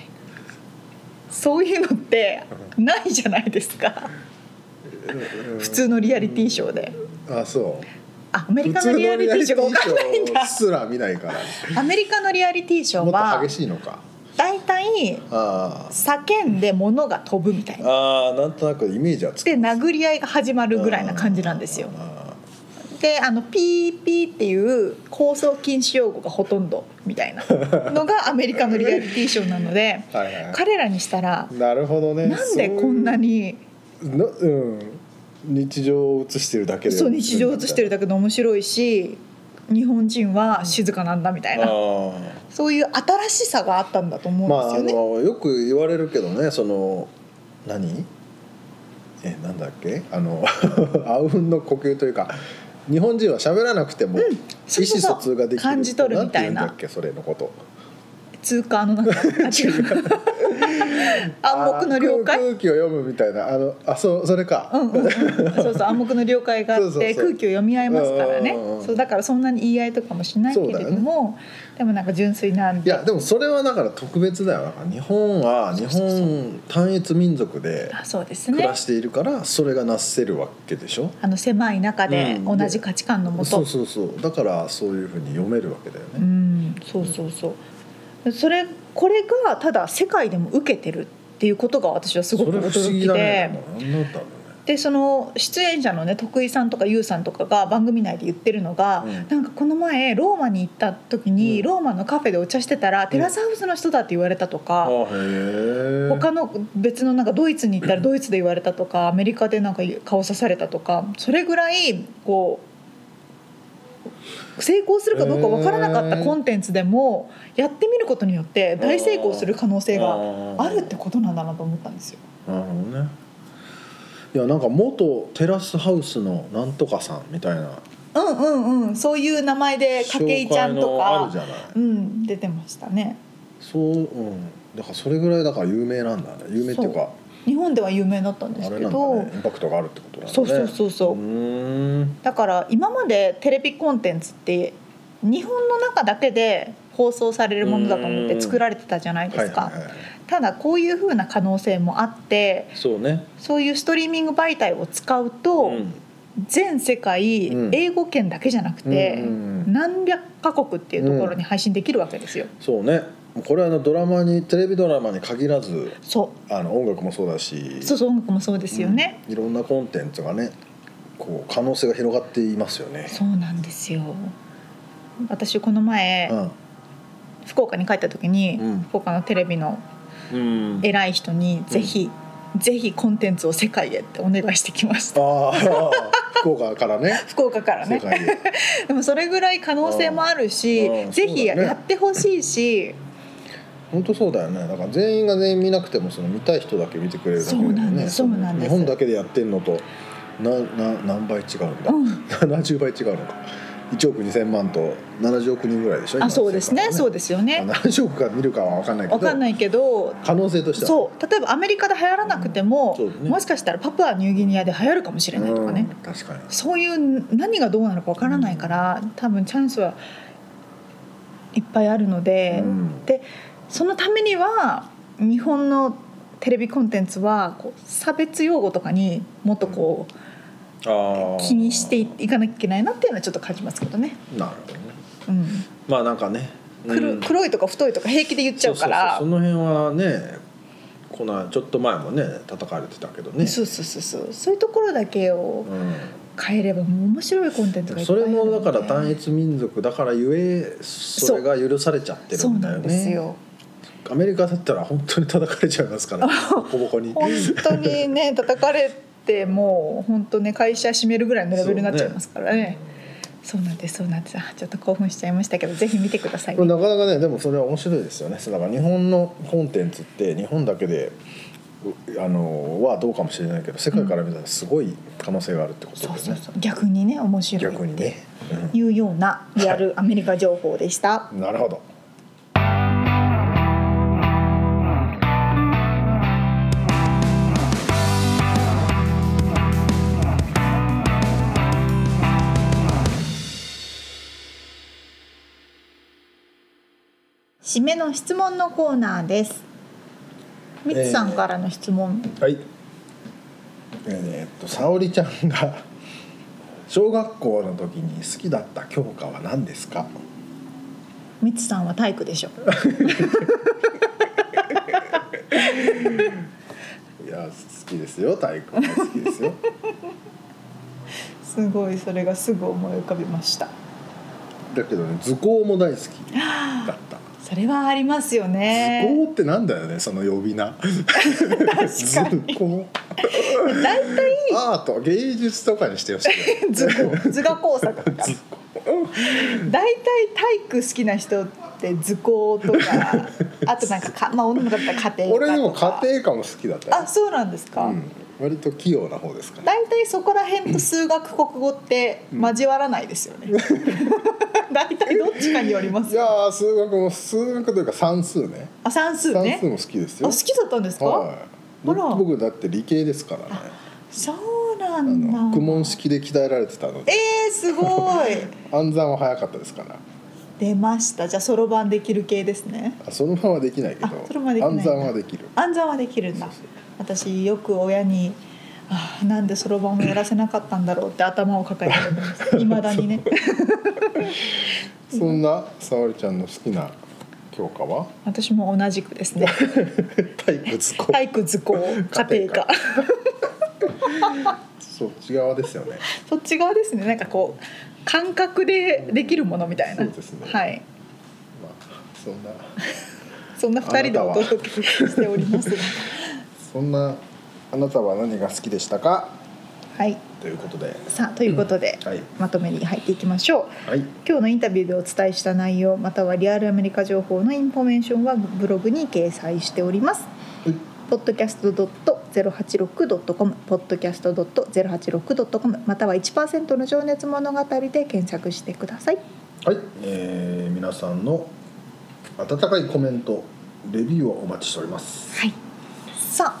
S1: そういうのってないじゃないですか
S2: うん
S1: 普通のリアリティショーで。
S2: あそう
S1: あアメリ
S2: 普
S1: カ
S2: 通
S1: の
S2: の
S1: リ
S2: リ
S1: ア
S2: ア
S1: リ
S2: リ
S1: テ
S2: テ
S1: ィシ
S2: ィシ
S1: ョーが分かんないん
S2: ョー
S1: だ
S2: すら見ない から
S1: アメリカのリアリティショー
S2: もっ
S1: は
S2: と激しいのか
S1: 大体
S2: ああ
S1: 叫んで物が飛ぶみたいな
S2: ああなんとなくイメージはつく
S1: で殴り合いが始まるぐらいな感じなんですよ
S2: あ
S1: であのピーピーっていう放送禁止用語がほとんどみたいなのがアメリカのリアリティショーなので
S2: ーはいはい
S1: 彼らにしたら
S2: なるほどね
S1: なんでこんなに
S2: そういうなうん日常を映してるだけで
S1: そう日常を映してるだけで面白いし日本人は静かなんだみたい
S2: あ
S1: な
S2: あ
S1: そういう新しさがあったんだと思
S2: ま
S1: うん
S2: あ
S1: です
S2: あ
S1: よね。
S2: のよく言われるけどねその何えなんだっけあの あうんの呼吸というか日本人は喋らなくても意
S1: そうそう
S2: 思疎通ができる
S1: 感じ取るみたいなん
S2: て言うんだっけそれのこと
S1: 通貨の 中違う 暗黙の了
S2: あー
S1: 解
S2: 空空気を読むみたいなあのあそうそれか、
S1: うんうんうん、そうそう暗黙の了解があ
S2: そ
S1: っ
S2: うそ
S1: て
S2: うそう
S1: 空気を読み合いますからね
S2: うんうんうん
S1: そうだからそんなに言い合いとかもしないけれども、でもなんか純粋なん
S2: い
S1: で
S2: やでもそれはだから特別だよなんか日本は日
S1: そうそう
S2: 本単一民族で
S1: あそうです
S2: 暮
S1: ね
S2: らしているからそれがなせるわけでしょ
S1: あの狭い中で
S2: う
S1: 同
S2: ん
S1: じ価値観のもと、
S2: そうそうそうだからそういうふうに読めるわけだよ
S1: う
S2: ね、
S1: んそうそうそうそれこれがただ世界でも受けてるっていうことが私はすご
S2: そ
S1: く
S2: れ不思
S1: 驚
S2: 議
S1: き
S2: だ
S1: で
S2: ね。なんなんだったんだろうね
S1: でその出演者のね徳井さんとか優さんとかが番組内で言ってるのが、
S2: うん
S1: なんかこの前ローマに行った時に、
S2: うん
S1: ローマのカフェでお茶してたら、テラスハウスの人だって言われたと
S2: あ
S1: か、
S2: へえ
S1: 他の別のなんかドイツに行ったらドイツで言われたとかアメリカでなんか顔刺されたとかそれぐらいこう成功するかどうか分からなかった
S2: へー
S1: コンテンツでもやってみることによって大成功する可能性があるってことなんだなと思ったんですよ。
S2: なるほどねいやなんか元テラスハウスのなんとかさんみたいな
S1: うんうんうんそういう名前で筧ちゃん
S2: 紹介
S1: と
S2: のあ
S1: か
S2: るじゃない
S1: うん出てましたね
S2: そううんだからそれぐらいだから有名なんだね有名っていうか
S1: 日本では有名だったんです
S2: あれ
S1: け
S2: なん
S1: ど
S2: だねインパクトがあるってことなんだね
S1: そうそうそうそう
S2: うーん
S1: だから今までテレビコンテンツって日本の中だけで放送されるものだと思っ
S2: う
S1: て
S2: ん
S1: 作られてたじゃないで
S2: はい
S1: すか、
S2: はいはい
S1: ただこういうふうな可能性もあって
S2: そうね
S1: そういうストリーミング媒体を使うと、
S2: うん
S1: 全世界、
S2: うん
S1: 英語圏だけじゃなくて、
S2: うんうんうん
S1: 何百カ国っていうところに配信できるわけですよ。
S2: そうねこれはあのドラマにテレビドラマに限らず
S1: そ
S2: あの音楽もそうだし
S1: うそうそう音楽もそうですよね。
S2: うんいろんなコンテンツがねこう可能性が広がっていますよね
S1: そうなんですよ私この前、福岡に帰った時に、
S2: うん
S1: 福岡のテレビの
S2: うん、うん、
S1: 偉い人にぜひ、ぜひコンテンツを世界へってお願いしてきました
S2: ああ 福岡からね
S1: 福岡から
S2: 世
S1: ね
S2: 界へ
S1: でもそれぐらい可能性もあるし、
S2: うんうん
S1: ぜひ
S2: そうだね
S1: やってほしいし、
S2: 本当そうだよねだから全員が全員見なくてもその見たい人だけ見てくれるだけでも
S1: そうなんで
S2: ね
S1: すそうなんです
S2: 日本だけでやってんのとなな何倍違うんだ、
S1: うん
S2: 70倍違うのか1億2000万と70億人ぐらいでしょ今
S1: あそうですね
S2: 世界は
S1: そうですよね
S2: まあ70億が見るかは分かんないけど
S1: わかんないけど
S2: 可能性としては
S1: そう例えばアメリカで流行らなくても、
S2: うんそうだね
S1: もしかしたらパプアニューギニアで流行るかもしれないとかね、
S2: うん確かに
S1: そういう何がどうなのかわからないから、多分チャンスはいっぱいあるので、
S2: うん
S1: でそのためには日本のテレビコンテンツはこう差別用語とかにもっとこう
S2: あー
S1: 気にしていいかなきゃいけないなっていうのはちょっと感じますけどね。
S2: なるほどね
S1: うん、
S2: まあなんかね
S1: 黒
S2: うん
S1: 黒いとか太いとか平気で言っちゃうから
S2: そうそうそうその辺はねこのちょっと前もね叩かれてたけどね
S1: そうそうそうそうそういうところだけを
S2: う
S1: 変えればもう面白いコンテンツがいっぱい
S2: ん、そ
S1: ある
S2: れ
S1: ので
S2: もだから単一民族だからゆえそれが許されちゃってる
S1: そうん
S2: だ
S1: な
S2: よ
S1: んです
S2: ね
S1: よ
S2: アメリカだったら本当に叩かれちゃいますからねボコボコ に
S1: 本当に ね叩かれてもう本当ね会社閉めるぐらいのレベルになっちゃいますからねそうなんですそうなんですあちょっと興奮しちゃいましたけどぜひ見てください、
S2: これなかなかねでもそれは面白いですよねそうだから日本のコンテンツって日本だけでうあのはどうかもしれないけど世界から見たらすごい可能性があるってことで
S1: そ
S2: ね、
S1: うそうそう逆にね面白
S2: 逆
S1: いっ
S2: に
S1: て
S2: ね、
S1: いうようなリア ルアメリカ情報でした
S2: う。んなるほど
S1: 締めの質問のコーナーです。みつさんからの質問、
S2: はい。えーっと沙織ちゃんが小学校の時に好きだった教科は何ですか。
S1: みつさんは体育でしょ。
S2: いや好きですよ体育も好きです よ。
S1: すごいそれがすぐ思い浮かびました。
S2: だけどね図工も大好きだ った。
S1: それはありますよね。
S2: 図工ってなんだよねその呼び名。図工。
S1: 大体。
S2: アート芸術とかにしてほしい よ
S1: 図工図画工作と か大体体育好きな人って図工と かあとなんかかまあ女の子だったら家庭科とか
S2: 俺でも家庭科も好きだったよ
S1: あそうなんですか、
S2: うん、割と器用な方ですかね。
S1: 大体そこら辺と数学国語って交わらないです よね大体どっちかによりま
S2: い
S1: す
S2: や
S1: よ
S2: ー数学も数学というか算数ね。
S1: あ算数
S2: 算
S1: ね
S2: 数も好きです
S1: あ
S2: よ。
S1: 好きだったんですか、
S2: はい。
S1: あら
S2: 僕だって理系ですからね。
S1: そうな
S2: あ
S1: んだ
S2: の苦問式で鍛えられてたの
S1: え
S2: で、
S1: ー、すごい
S2: 暗算は早かったですから。
S1: 出ましたじゃあそろばんできる系ですね
S2: あそのままはできないけど、
S1: あそのままできないん
S2: 暗
S1: だ
S2: 算はできる。
S1: 暗算はできるんだ
S2: そうそう
S1: 私よく親に「ああなんでそろばんをやらせなかったんだろう」って頭を抱えてますいまだに ね
S2: そんな沙織ちゃんの好きな教科は
S1: 私も同じくですね
S2: 体育図工。
S1: 体育図工家庭科
S2: そっち側ですよね。
S1: そっち側ですねなんかこう感覚でできるものみたいな、
S2: そうですね
S1: はい
S2: まあそんな
S1: そんな二人でお届けしておりますが
S2: そんなあなたは何が好きでしたか
S1: はい
S2: ということで、
S1: さあということで、
S2: はい
S1: まとめに入っていきましょう
S2: はい
S1: 今日のインタビューでお伝えした内容またはリアルアメリカ情報のインフォメーションはブログに掲載しております。podcast.086.com podcast.086.com または1%の情熱物語で検索してください。
S2: はい、えー皆さんの温かいコメントレビューをお待ちしております。
S1: はい。さあ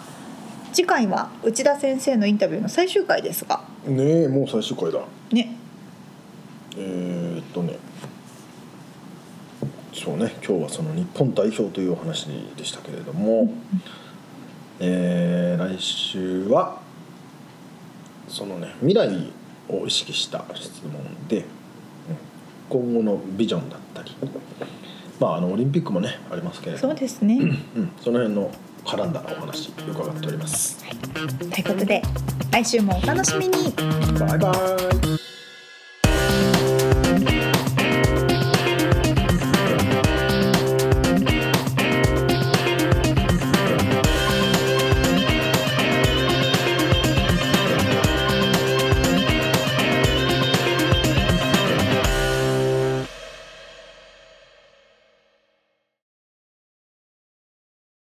S1: 次回は内田先生のインタビューの最終回ですが
S2: ねえもう最終回だ。
S1: ね
S2: えーっとねそうね今日はその日本代表というお話でしたけれども、えー来週はそのね未来を意識した質問で、うん今後のビジョンだったりまああのオリンピックもねありますけれど
S1: そう
S2: も
S1: ですね。
S2: うん、その辺の絡んだお話伺っております。
S1: ということで来週もお楽しみに。
S2: バイバイ